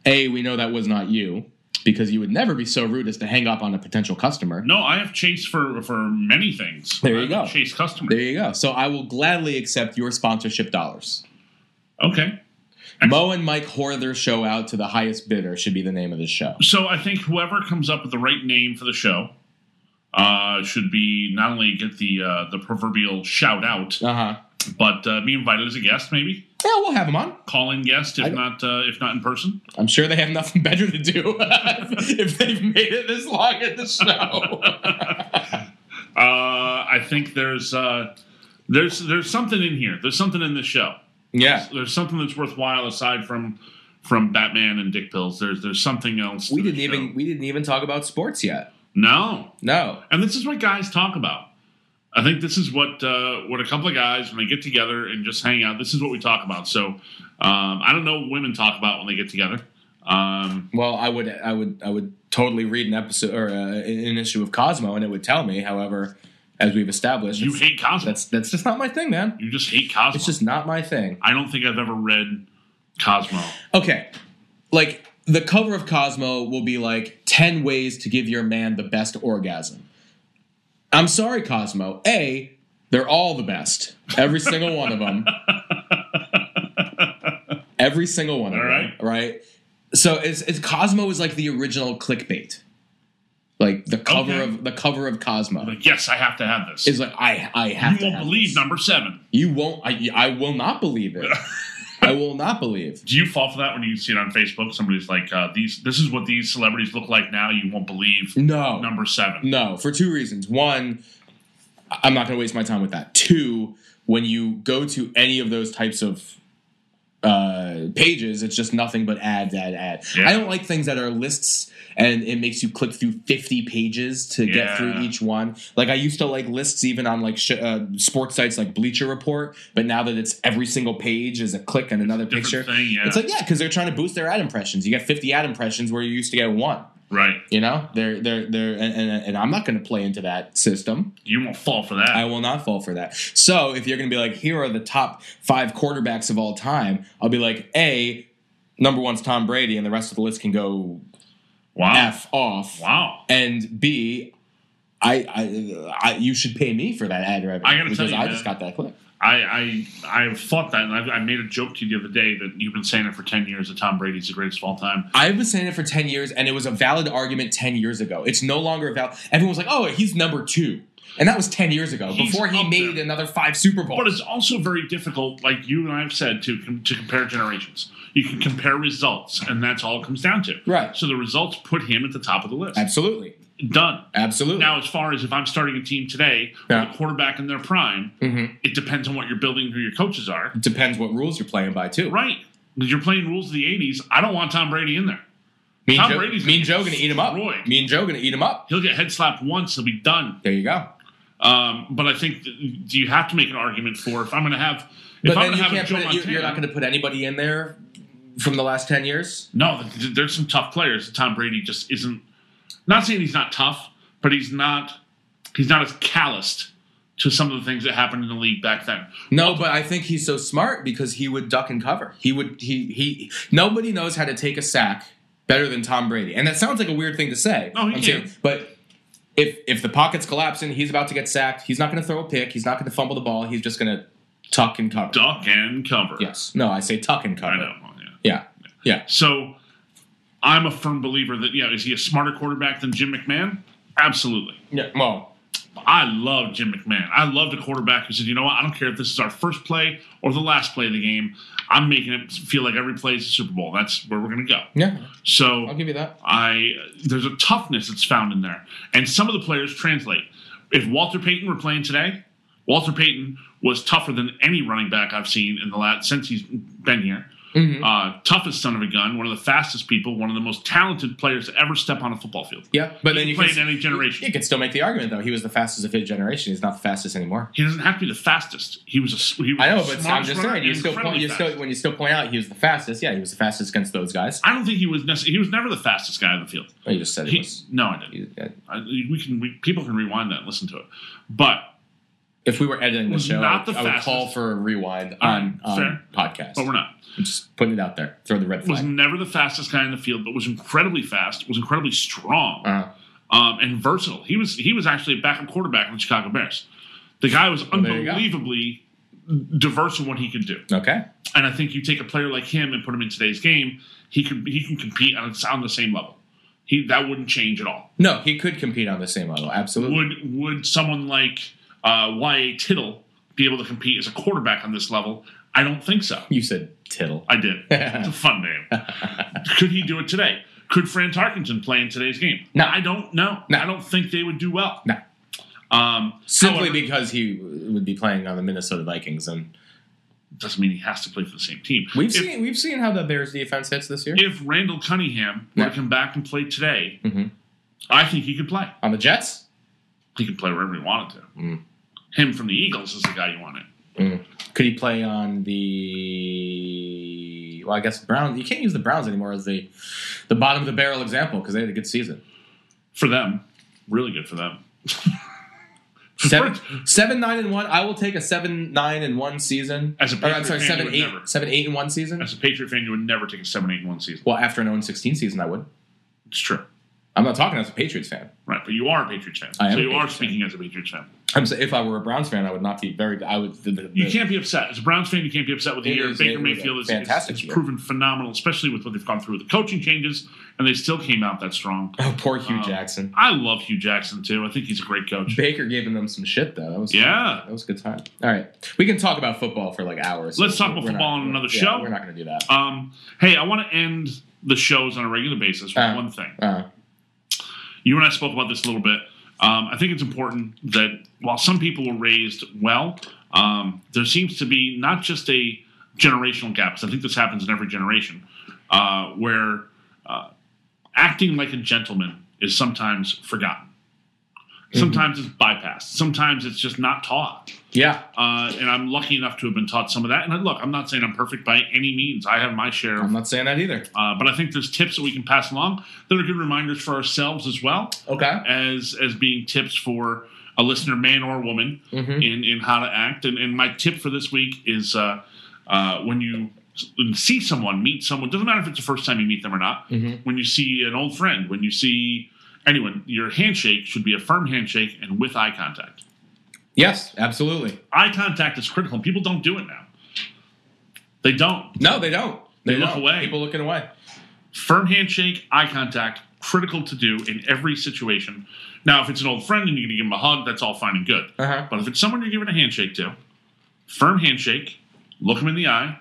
Speaker 2: a we know that was not you because you would never be so rude as to hang up on a potential customer.
Speaker 1: No, I have Chase for for many things.
Speaker 2: There you
Speaker 1: I'm a
Speaker 2: go.
Speaker 1: Chase customer.
Speaker 2: There you go. So I will gladly accept your sponsorship dollars.
Speaker 1: okay.
Speaker 2: Mo and Mike whore their show out to the highest bidder should be the name of the show.
Speaker 1: So I think whoever comes up with the right name for the show uh, should be not only get the uh, the proverbial shout out,
Speaker 2: Uh huh.
Speaker 1: but uh, be invited as a guest, maybe
Speaker 2: Yeah, we'll have them on.
Speaker 1: call in guest
Speaker 2: I-
Speaker 1: if not uh, if not in person.
Speaker 2: I'm sure they have nothing better to do if they've made it this long in the show.
Speaker 1: Uh, I think there's uh, there's there's something in here. There's something in this show.
Speaker 2: yeah.
Speaker 1: There's something that's worthwhile aside from from Batman and Dick Pills. There's there's something else.
Speaker 2: We
Speaker 1: to the
Speaker 2: didn't
Speaker 1: show.
Speaker 2: even we didn't even talk about sports yet.
Speaker 1: no
Speaker 2: No.
Speaker 1: and this is what guys talk about. I think this is what uh, what a couple of guys when they get together and just hang out. This is what we talk about. So um, I don't know what women talk about when they get together. Um,
Speaker 2: Well, I would, I would, I would totally read an episode or uh, an issue of Cosmo, and it would tell me. However, as we've established,
Speaker 1: you
Speaker 2: it's-
Speaker 1: hate Cosmo.
Speaker 2: that's that's just not my thing, man.
Speaker 1: you just hate Cosmo.
Speaker 2: It's just not my thing.
Speaker 1: I don't think I've ever read Cosmo.
Speaker 2: Okay, like the cover of Cosmo will be like ten ways to give your man the best orgasm. I'm sorry, Cosmo. A, they're all the best. Every single one of them. Every single one of
Speaker 1: All
Speaker 2: them. Right. So it's, it's Cosmo is like the original clickbait, like the cover
Speaker 1: Okay.
Speaker 2: of the cover of Cosmo
Speaker 1: Like, yes, I have to have this.
Speaker 2: is like I I have
Speaker 1: you
Speaker 2: to
Speaker 1: won't
Speaker 2: have
Speaker 1: believe
Speaker 2: this.
Speaker 1: number seven.
Speaker 2: You won't. I I will not believe it. I will not believe.
Speaker 1: Do you fall for that when you see it on Facebook? Somebody's like, uh, "These, this is what these celebrities look like now." You won't believe
Speaker 2: No.
Speaker 1: number seven.
Speaker 2: No, for two reasons. One, I- I'm not going to waste my time with that. Two, when you go to any of those types of uh, pages, it's just nothing but ads, ad, ad.
Speaker 1: Yeah.
Speaker 2: I don't like things that are lists and it makes you click through 50 pages to
Speaker 1: Yeah.
Speaker 2: get through each one. Like I used to like lists even on like sh- uh, sports sites like Bleacher Report, but now that it's every single page is a click and another
Speaker 1: Different
Speaker 2: picture.
Speaker 1: thing, yeah,
Speaker 2: It's like yeah, because they're trying to boost their ad impressions. You get 50 ad impressions where you used to get one.
Speaker 1: right.
Speaker 2: You know, they're they're they're, and, and, and I'm not going to play into that system.
Speaker 1: You won't fall for that.
Speaker 2: I will not fall for that. So if you're going to be like, here are the top five quarterbacks of all time, I'll be like, a number one's Tom Brady, and the rest of the list can go
Speaker 1: wow,
Speaker 2: f off.
Speaker 1: wow.
Speaker 2: And b, I, I, I, you should pay me for that ad revenue
Speaker 1: I gotta tell
Speaker 2: because
Speaker 1: you,
Speaker 2: I
Speaker 1: man.
Speaker 2: just got that clip.
Speaker 1: I, I, I've thought that, and I've, I made a joke to you the other day that you've been saying it for ten years that Tom Brady's the greatest of all time.
Speaker 2: I've been saying it for ten years, and it was a valid argument ten years ago. It's no longer a valid. Everyone's like, oh, he's number two, and that was ten years ago
Speaker 1: He's
Speaker 2: before he
Speaker 1: up
Speaker 2: made
Speaker 1: there.
Speaker 2: another five Super Bowls.
Speaker 1: But it's also very difficult, like you and I have said, to com- to compare generations. You can compare results, and that's all it comes down to.
Speaker 2: Right.
Speaker 1: So the results put him at the top of the list.
Speaker 2: Absolutely.
Speaker 1: Done.
Speaker 2: Absolutely.
Speaker 1: Now, as far as if I'm starting a team today
Speaker 2: Yeah.
Speaker 1: with a quarterback in their prime,
Speaker 2: Mhm.
Speaker 1: it depends on what you're building, who your coaches are.
Speaker 2: It depends what rules you're playing by, too.
Speaker 1: Right. Because you're playing rules of the 80s. I don't want Tom Brady in there.
Speaker 2: Me
Speaker 1: Tom
Speaker 2: and, Joe,
Speaker 1: Brady's
Speaker 2: me and
Speaker 1: gonna
Speaker 2: Joe
Speaker 1: get
Speaker 2: gonna eat him up.
Speaker 1: destroyed.
Speaker 2: Me and Joe gonna eat him up.
Speaker 1: He'll get head slapped once, he'll be done.
Speaker 2: There you go.
Speaker 1: Um, but I think that you have to make an argument for if I'm going to have. If
Speaker 2: But
Speaker 1: I'm going
Speaker 2: then you
Speaker 1: to have a
Speaker 2: can't
Speaker 1: Joe
Speaker 2: put, you,
Speaker 1: Montana,
Speaker 2: you're not gonna put anybody in there from the last ten years.
Speaker 1: No, th- th- there's some tough players. Tom Brady just isn't. Not saying he's not tough, but he's not. He's not as calloused to some of the things that happened in the league back then.
Speaker 2: No, but I think he's so smart because he would duck and cover. He would he he nobody knows how to take a sack better than Tom Brady. And that sounds like a weird thing to say.
Speaker 1: No, he
Speaker 2: I'm
Speaker 1: can.
Speaker 2: saying- but if if the pocket's collapsing, he's about to get sacked. He's not gonna throw a pick, he's not gonna fumble the ball, he's just gonna tuck and cover.
Speaker 1: Duck and cover.
Speaker 2: Yes. No, I say tuck and cover.
Speaker 1: I know. Yeah.
Speaker 2: Yeah. Yeah.
Speaker 1: So I'm a firm believer that, yeah, is he a smarter quarterback than Jim McMahon? Absolutely.
Speaker 2: Yeah. Well,
Speaker 1: I love Jim McMahon. I loved a quarterback who said, you know what, I don't care if this is our first play or the last play of the game. I'm making it feel like every play is a Super Bowl. That's where we're going to go.
Speaker 2: yeah,
Speaker 1: So
Speaker 2: I'll give you that.
Speaker 1: I there's a toughness that's found in there, and some of the players translate. If Walter Payton were playing today, Walter Payton was tougher than any running back I've seen in the last since he's been here.
Speaker 2: mm-hmm.
Speaker 1: Uh, toughest son of a gun, one of the fastest people, one of the most talented players to ever step on a football field.
Speaker 2: Yeah,
Speaker 1: He
Speaker 2: but then
Speaker 1: can
Speaker 2: you
Speaker 1: play
Speaker 2: can,
Speaker 1: in any generation.
Speaker 2: you could still make the argument though. He was the fastest of his generation. He's not the fastest anymore.
Speaker 1: He doesn't have to be the fastest. He was a s- he was
Speaker 2: I know,
Speaker 1: the
Speaker 2: but I'm
Speaker 1: smartest
Speaker 2: just
Speaker 1: runner
Speaker 2: saying. You
Speaker 1: and
Speaker 2: still, point,
Speaker 1: incredibly
Speaker 2: you still,
Speaker 1: fast.
Speaker 2: when you still point out, he was the fastest. Yeah, he was the fastest against those guys.
Speaker 1: I don't think he was necessarily. He was never the fastest guy on the field.
Speaker 2: Oh, you just said he,
Speaker 1: He-
Speaker 2: was.
Speaker 1: no, I didn't.
Speaker 2: he- uh, yeah.
Speaker 1: I, we can we, people can rewind that, and listen to it, but
Speaker 2: If we were editing the
Speaker 1: Was
Speaker 2: show,
Speaker 1: not the
Speaker 2: I would call
Speaker 1: fastest.
Speaker 2: for a rewind
Speaker 1: All right,
Speaker 2: on, on
Speaker 1: fair.
Speaker 2: podcast.
Speaker 1: but we're not.
Speaker 2: I'm just putting it out there. Throw the red
Speaker 1: was
Speaker 2: flag.
Speaker 1: never the fastest guy in the field, but was incredibly fast, was incredibly strong,
Speaker 2: Uh,
Speaker 1: um, and versatile. He was he was actually a backup quarterback in the Chicago Bears. The guy was
Speaker 2: there you go.
Speaker 1: unbelievably diverse in what he could do,
Speaker 2: okay.
Speaker 1: and I think you take a player like him and put him in today's game, he could he can compete on, on the same level. He that wouldn't change at all.
Speaker 2: No, he could compete on the same level. Absolutely.
Speaker 1: Would would someone like uh, Y.A. Tittle be able to compete as a quarterback on this level? I don't think so.
Speaker 2: You said tittle.
Speaker 1: I did. It's a fun name. Could he do it today? Could Fran Tarkenton play in today's game?
Speaker 2: No.
Speaker 1: I don't know.
Speaker 2: No.
Speaker 1: I don't think they would do well.
Speaker 2: No.
Speaker 1: Um,
Speaker 2: Simply
Speaker 1: however,
Speaker 2: because he would be playing on the Minnesota Vikings, and
Speaker 1: doesn't mean he has to play for the same team.
Speaker 2: we've
Speaker 1: if,
Speaker 2: seen we've seen how the Bears defense hits this year
Speaker 1: if Randall Cunningham were
Speaker 2: No.
Speaker 1: to come back and play today,
Speaker 2: Mhm.
Speaker 1: I think he could play.
Speaker 2: on the Jets.
Speaker 1: He could play wherever he wanted to.
Speaker 2: Mm.
Speaker 1: Him from the Eagles is the guy you wanted.
Speaker 2: Could he play on the? Well, I guess Browns. You can't use the Browns anymore as the the bottom of the barrel example because they had a good season.
Speaker 1: For them, really good for them.
Speaker 2: Seven, seven, nine, and one. I will take a seven, nine, and one season.
Speaker 1: As a
Speaker 2: or, I'm
Speaker 1: Patriot fan,
Speaker 2: sorry,
Speaker 1: you
Speaker 2: seven,
Speaker 1: would
Speaker 2: eight,
Speaker 1: never.
Speaker 2: seven, eight, and one season. oh
Speaker 1: As a Patriot fan, you would never take a 7 8 1 season.
Speaker 2: Well, after an 0 16 season, I would.
Speaker 1: It's true.
Speaker 2: I'm not talking as a Patriots fan.
Speaker 1: Right, but you are a Patriots fan,
Speaker 2: I am
Speaker 1: so
Speaker 2: a
Speaker 1: you are
Speaker 2: Patriots
Speaker 1: speaking as a Patriots fan.
Speaker 2: I'm saying if I were a Browns fan, I would not be very. I would. The, the,
Speaker 1: You can't be upset as a Browns fan. You can't be upset with the
Speaker 2: It
Speaker 1: year.
Speaker 2: is- it
Speaker 1: Baker
Speaker 2: was a
Speaker 1: Mayfield is
Speaker 2: fantastic
Speaker 1: fantastic. It's
Speaker 2: year.
Speaker 1: proven phenomenal, especially with what they've gone through with the coaching changes, and they still came out that strong.
Speaker 2: Oh, poor Hugh
Speaker 1: Um,
Speaker 2: Jackson.
Speaker 1: I love Hugh Jackson too. I think he's a great coach.
Speaker 2: Baker giving them some shit though. That was
Speaker 1: Yeah.
Speaker 2: That was a good time. All right, we can talk about football for like hours.
Speaker 1: Let's talk about
Speaker 2: we're
Speaker 1: football on
Speaker 2: we're-
Speaker 1: another
Speaker 2: yeah,
Speaker 1: show.
Speaker 2: We're not going to do that.
Speaker 1: Um, hey, I want to end the shows on a regular basis with
Speaker 2: Uh.
Speaker 1: one thing.
Speaker 2: Uh,
Speaker 1: You and I spoke about this a little bit. Um, I think it's important that while some people were raised well, um, there seems to be not just a generational gap, 'cause I think this happens in every generation, uh, where uh, acting like a gentleman is sometimes forgotten. Sometimes it's bypassed. Sometimes it's just not taught.
Speaker 2: yeah,
Speaker 1: Uh, and I'm lucky enough to have been taught some of that. And I, look, I'm not saying I'm perfect by any means. I have my share of
Speaker 2: I'm not saying that either.
Speaker 1: uh, but I think there's tips that we can pass along that are good reminders for ourselves as well
Speaker 2: Okay.
Speaker 1: as as being tips for a listener, man or woman,
Speaker 2: Mm-hmm.
Speaker 1: in in how to act. And, and my tip for this week is uh, uh, when you s- see someone, meet someone, doesn't matter if it's the first time you meet them or not.
Speaker 2: Mhm.
Speaker 1: When you see an old friend, when you see anyone, your handshake should be a firm handshake and with eye contact.
Speaker 2: Yes, absolutely.
Speaker 1: Eye contact is critical. People don't do it now. They don't.
Speaker 2: No, they don't.
Speaker 1: They look
Speaker 2: don't.
Speaker 1: away.
Speaker 2: People looking away.
Speaker 1: firm handshake, eye contact, critical to do in every situation. Now, if it's an old friend and you're going to give them a hug, that's all fine and good.
Speaker 2: Uh huh.
Speaker 1: But if it's someone you're giving a handshake to, firm handshake, look them in the eye.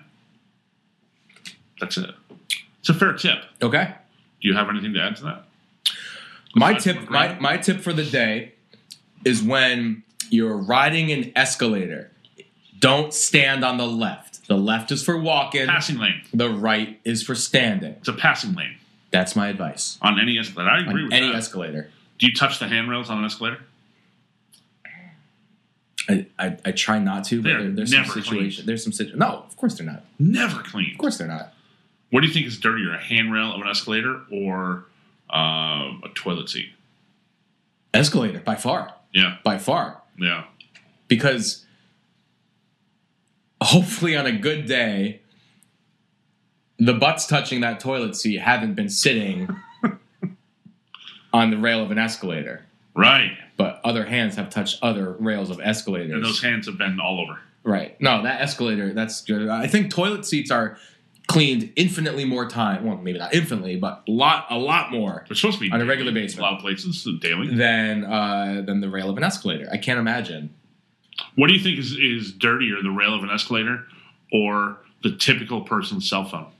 Speaker 1: That's it. It's a fair tip.
Speaker 2: Okay.
Speaker 1: Do you have anything to add to that?
Speaker 2: My
Speaker 1: Aside
Speaker 2: tip,
Speaker 1: from
Speaker 2: my,
Speaker 1: grammar.
Speaker 2: my tip for the day is when you're riding an escalator, don't stand on the left. The left is for walking.
Speaker 1: Passing lane.
Speaker 2: The right is for standing.
Speaker 1: It's a passing lane
Speaker 2: That's my advice.
Speaker 1: on any escalator. I agree
Speaker 2: On
Speaker 1: with
Speaker 2: any
Speaker 1: that.
Speaker 2: escalator.
Speaker 1: do you touch the handrails on an escalator?
Speaker 2: I, I, I try not to, but
Speaker 1: They're
Speaker 2: there, there's some
Speaker 1: never clean.
Speaker 2: situation. There's some situation. No, of course they're not.
Speaker 1: Never clean.
Speaker 2: Of course they're not.
Speaker 1: What do you think is dirtier, a handrail of an escalator or uh, a toilet seat?
Speaker 2: Escalator by far,
Speaker 1: Yeah,
Speaker 2: by far,
Speaker 1: yeah.
Speaker 2: because hopefully on a good day, the butts touching that toilet seat haven't been sitting on the rail of an escalator,
Speaker 1: Right.
Speaker 2: but other hands have touched other rails of escalators.
Speaker 1: And those hands have been all over.
Speaker 2: Right. No, that escalator, that's good. I think toilet seats are cleaned infinitely more time. Well, maybe not infinitely, but lot a lot more
Speaker 1: They're supposed to be
Speaker 2: On a regular basis.
Speaker 1: A lot of places daily.
Speaker 2: than uh, than the rail of an escalator. I can't imagine.
Speaker 1: What do you think is, is dirtier, the rail of an escalator or the typical person's cell phone?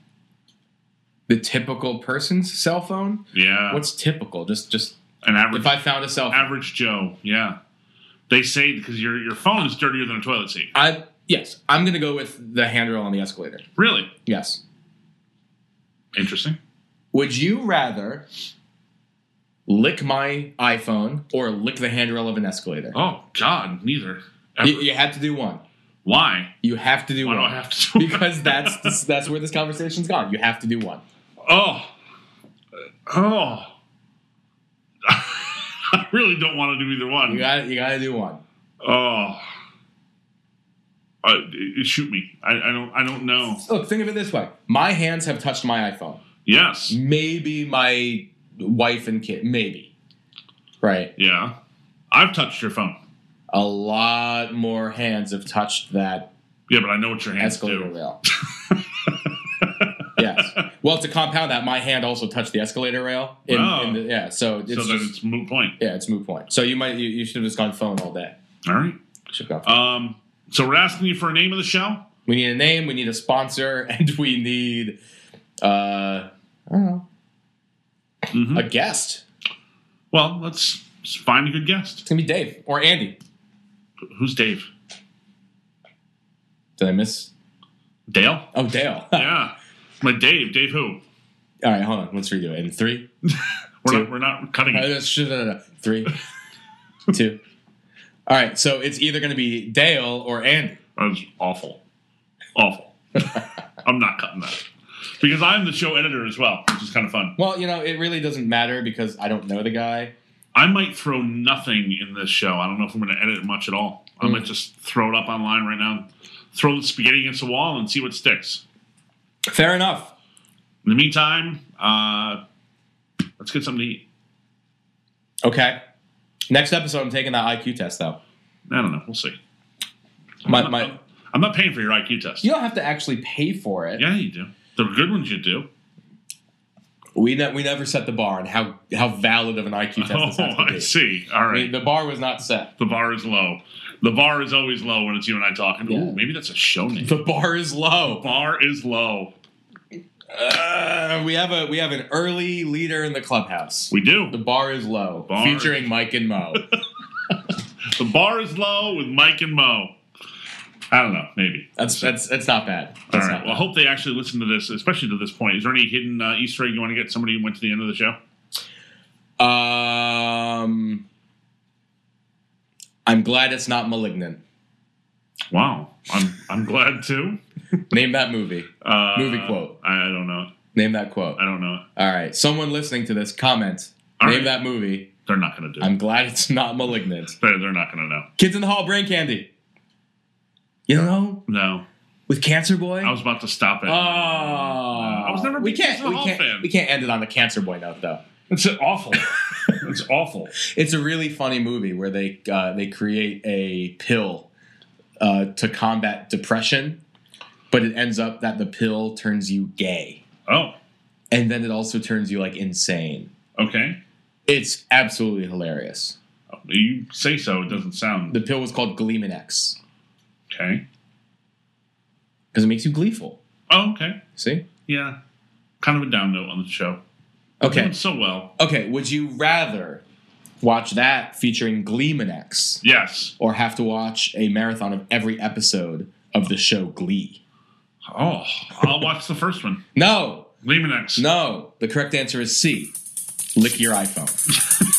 Speaker 2: The typical person's cell phone?
Speaker 1: Yeah.
Speaker 2: What's typical? Just just
Speaker 1: an average
Speaker 2: if I found a cell phone
Speaker 1: average Joe? Yeah. They say because your your phone is dirtier than a toilet seat.
Speaker 2: I yes, I'm gonna go with the handrail on the escalator.
Speaker 1: Really
Speaker 2: Yes.
Speaker 1: interesting.
Speaker 2: Would you rather lick my iPhone or lick the handrail of an escalator?
Speaker 1: Oh God, neither. Ever.
Speaker 2: You, you have to do one.
Speaker 1: Why?
Speaker 2: You have to do
Speaker 1: Why
Speaker 2: one.
Speaker 1: do I have to? do
Speaker 2: because that's this, that's where this conversation's gone. You have to do one.
Speaker 1: Oh. Oh. I really don't want to do either one.
Speaker 2: You got you got to do one.
Speaker 1: Oh, uh, it- it- shoot me! I, I don't. I don't know.
Speaker 2: Look, think of it this way: my hands have touched my iPhone.
Speaker 1: Yes.
Speaker 2: Maybe my wife and kid. Maybe. Right.
Speaker 1: Yeah. I've touched your phone.
Speaker 2: A lot more hands have touched that
Speaker 1: Yeah, but I know what your hands
Speaker 2: escalator
Speaker 1: do.
Speaker 2: rail. yes. Well, to compound that, my hand also touched the escalator rail. In,
Speaker 1: Oh.
Speaker 2: in the, yeah. So it's
Speaker 1: so then
Speaker 2: just,
Speaker 1: it's moot point.
Speaker 2: yeah, it's moot point. So you might you, you should have just gone phone all day.
Speaker 1: All right.
Speaker 2: Should have gone phone.
Speaker 1: Um. So we're asking you for a name of the show.
Speaker 2: We need a name. We need a sponsor, and we need uh, I don't know,
Speaker 1: Mhm.
Speaker 2: a guest.
Speaker 1: Well, let's s- find a good guest.
Speaker 2: It's gonna be Dave or Andy.
Speaker 1: Who's Dave?
Speaker 2: Did I miss?
Speaker 1: Dale.
Speaker 2: Oh, Dale.
Speaker 1: Yeah. My Dave. Dave who?
Speaker 2: All right, hold on. Let's redo it in three.
Speaker 1: We're
Speaker 2: Two.
Speaker 1: not, we're not cutting
Speaker 2: Uh,
Speaker 1: it.
Speaker 2: no, sh- no, no, no. Three, two. All right, so it's either gonna be Dale or Andy.
Speaker 1: That was awful. Awful. I'm not cutting that because I'm the show editor as well, which is kind of fun.
Speaker 2: Well, you know, it really doesn't matter because I don't know the guy.
Speaker 1: I might throw nothing in this show. I don't know if I'm going to edit much at all. I
Speaker 2: Hmm.
Speaker 1: might just throw it up online right now, throw the spaghetti against the wall, and see what sticks.
Speaker 2: Fair enough.
Speaker 1: In the meantime, uh, let's get something to eat.
Speaker 2: Okay. Next episode, I'm taking that IQ test though.
Speaker 1: I don't know. We'll see.
Speaker 2: My,
Speaker 1: I'm,
Speaker 2: my,
Speaker 1: not, I'm not paying for your IQ test.
Speaker 2: you don't have to actually pay for it.
Speaker 1: Yeah, you do. The good ones you do.
Speaker 2: We ne- we never set the bar on how how valid of an IQ test this
Speaker 1: Oh,
Speaker 2: has to
Speaker 1: I
Speaker 2: be.
Speaker 1: see. All
Speaker 2: I
Speaker 1: right.
Speaker 2: mean, the bar was not set.
Speaker 1: The bar is low. The bar is always low when it's you and I talking.
Speaker 2: Yeah.
Speaker 1: Ooh, maybe that's a show name.
Speaker 2: The bar is low.
Speaker 1: bar is low.
Speaker 2: Uh, we have a we have an early leader in the clubhouse.
Speaker 1: We
Speaker 2: The
Speaker 1: do.
Speaker 2: bar is low,
Speaker 1: Bar-
Speaker 2: featuring Mike and Mo.
Speaker 1: The bar is low with Mike and Mo. I don't know. Maybe.
Speaker 2: That's that's that's not bad.
Speaker 1: All
Speaker 2: That's
Speaker 1: right.
Speaker 2: not
Speaker 1: Well, I
Speaker 2: bad.
Speaker 1: hope they actually listen to this, especially to this point. Is there any hidden uh, Easter egg you want to get somebody who went to the end of the show?
Speaker 2: Um, I'm glad it's not malignant.
Speaker 1: Wow. I'm I'm glad too.
Speaker 2: Name that movie.
Speaker 1: Uh,
Speaker 2: Movie quote.
Speaker 1: I, I don't know.
Speaker 2: Name that quote.
Speaker 1: I don't know.
Speaker 2: All right, someone listening to this, comment.
Speaker 1: All
Speaker 2: Name
Speaker 1: right.
Speaker 2: that movie.
Speaker 1: They're not going to do it.
Speaker 2: I'm glad it's not malignant.
Speaker 1: They're, they're not going to know.
Speaker 2: Kids in the Hall, brain candy. You know,
Speaker 1: No.
Speaker 2: with Cancer Boy.
Speaker 1: I was about to stop it.
Speaker 2: oh, I
Speaker 1: was never a
Speaker 2: we
Speaker 1: big Kids in
Speaker 2: can't.
Speaker 1: the
Speaker 2: We
Speaker 1: Hall
Speaker 2: can't.
Speaker 1: fan.
Speaker 2: We can't end it on the Cancer Boy note, though.
Speaker 1: it's awful. it's awful.
Speaker 2: It's a really funny movie where they uh, they create a pill uh, to combat depression, but it ends up that the pill turns you gay,
Speaker 1: Oh,
Speaker 2: and then it also turns you like insane.
Speaker 1: okay.
Speaker 2: It's absolutely hilarious.
Speaker 1: You say so. It doesn't sound
Speaker 2: The pill was called Gleeman X
Speaker 1: okay.
Speaker 2: because it makes you gleeful.
Speaker 1: Oh, okay.
Speaker 2: See?
Speaker 1: Yeah. Kind of a down note on the show.
Speaker 2: Okay.
Speaker 1: Doing so well.
Speaker 2: Okay. Would you rather watch that featuring Gleeman X
Speaker 1: Yes.
Speaker 2: or have to watch a marathon of every episode of the show Glee?
Speaker 1: Oh, I'll watch the first one.
Speaker 2: No,
Speaker 1: Lehman X.
Speaker 2: No, the correct answer is C. Lick your iPhone.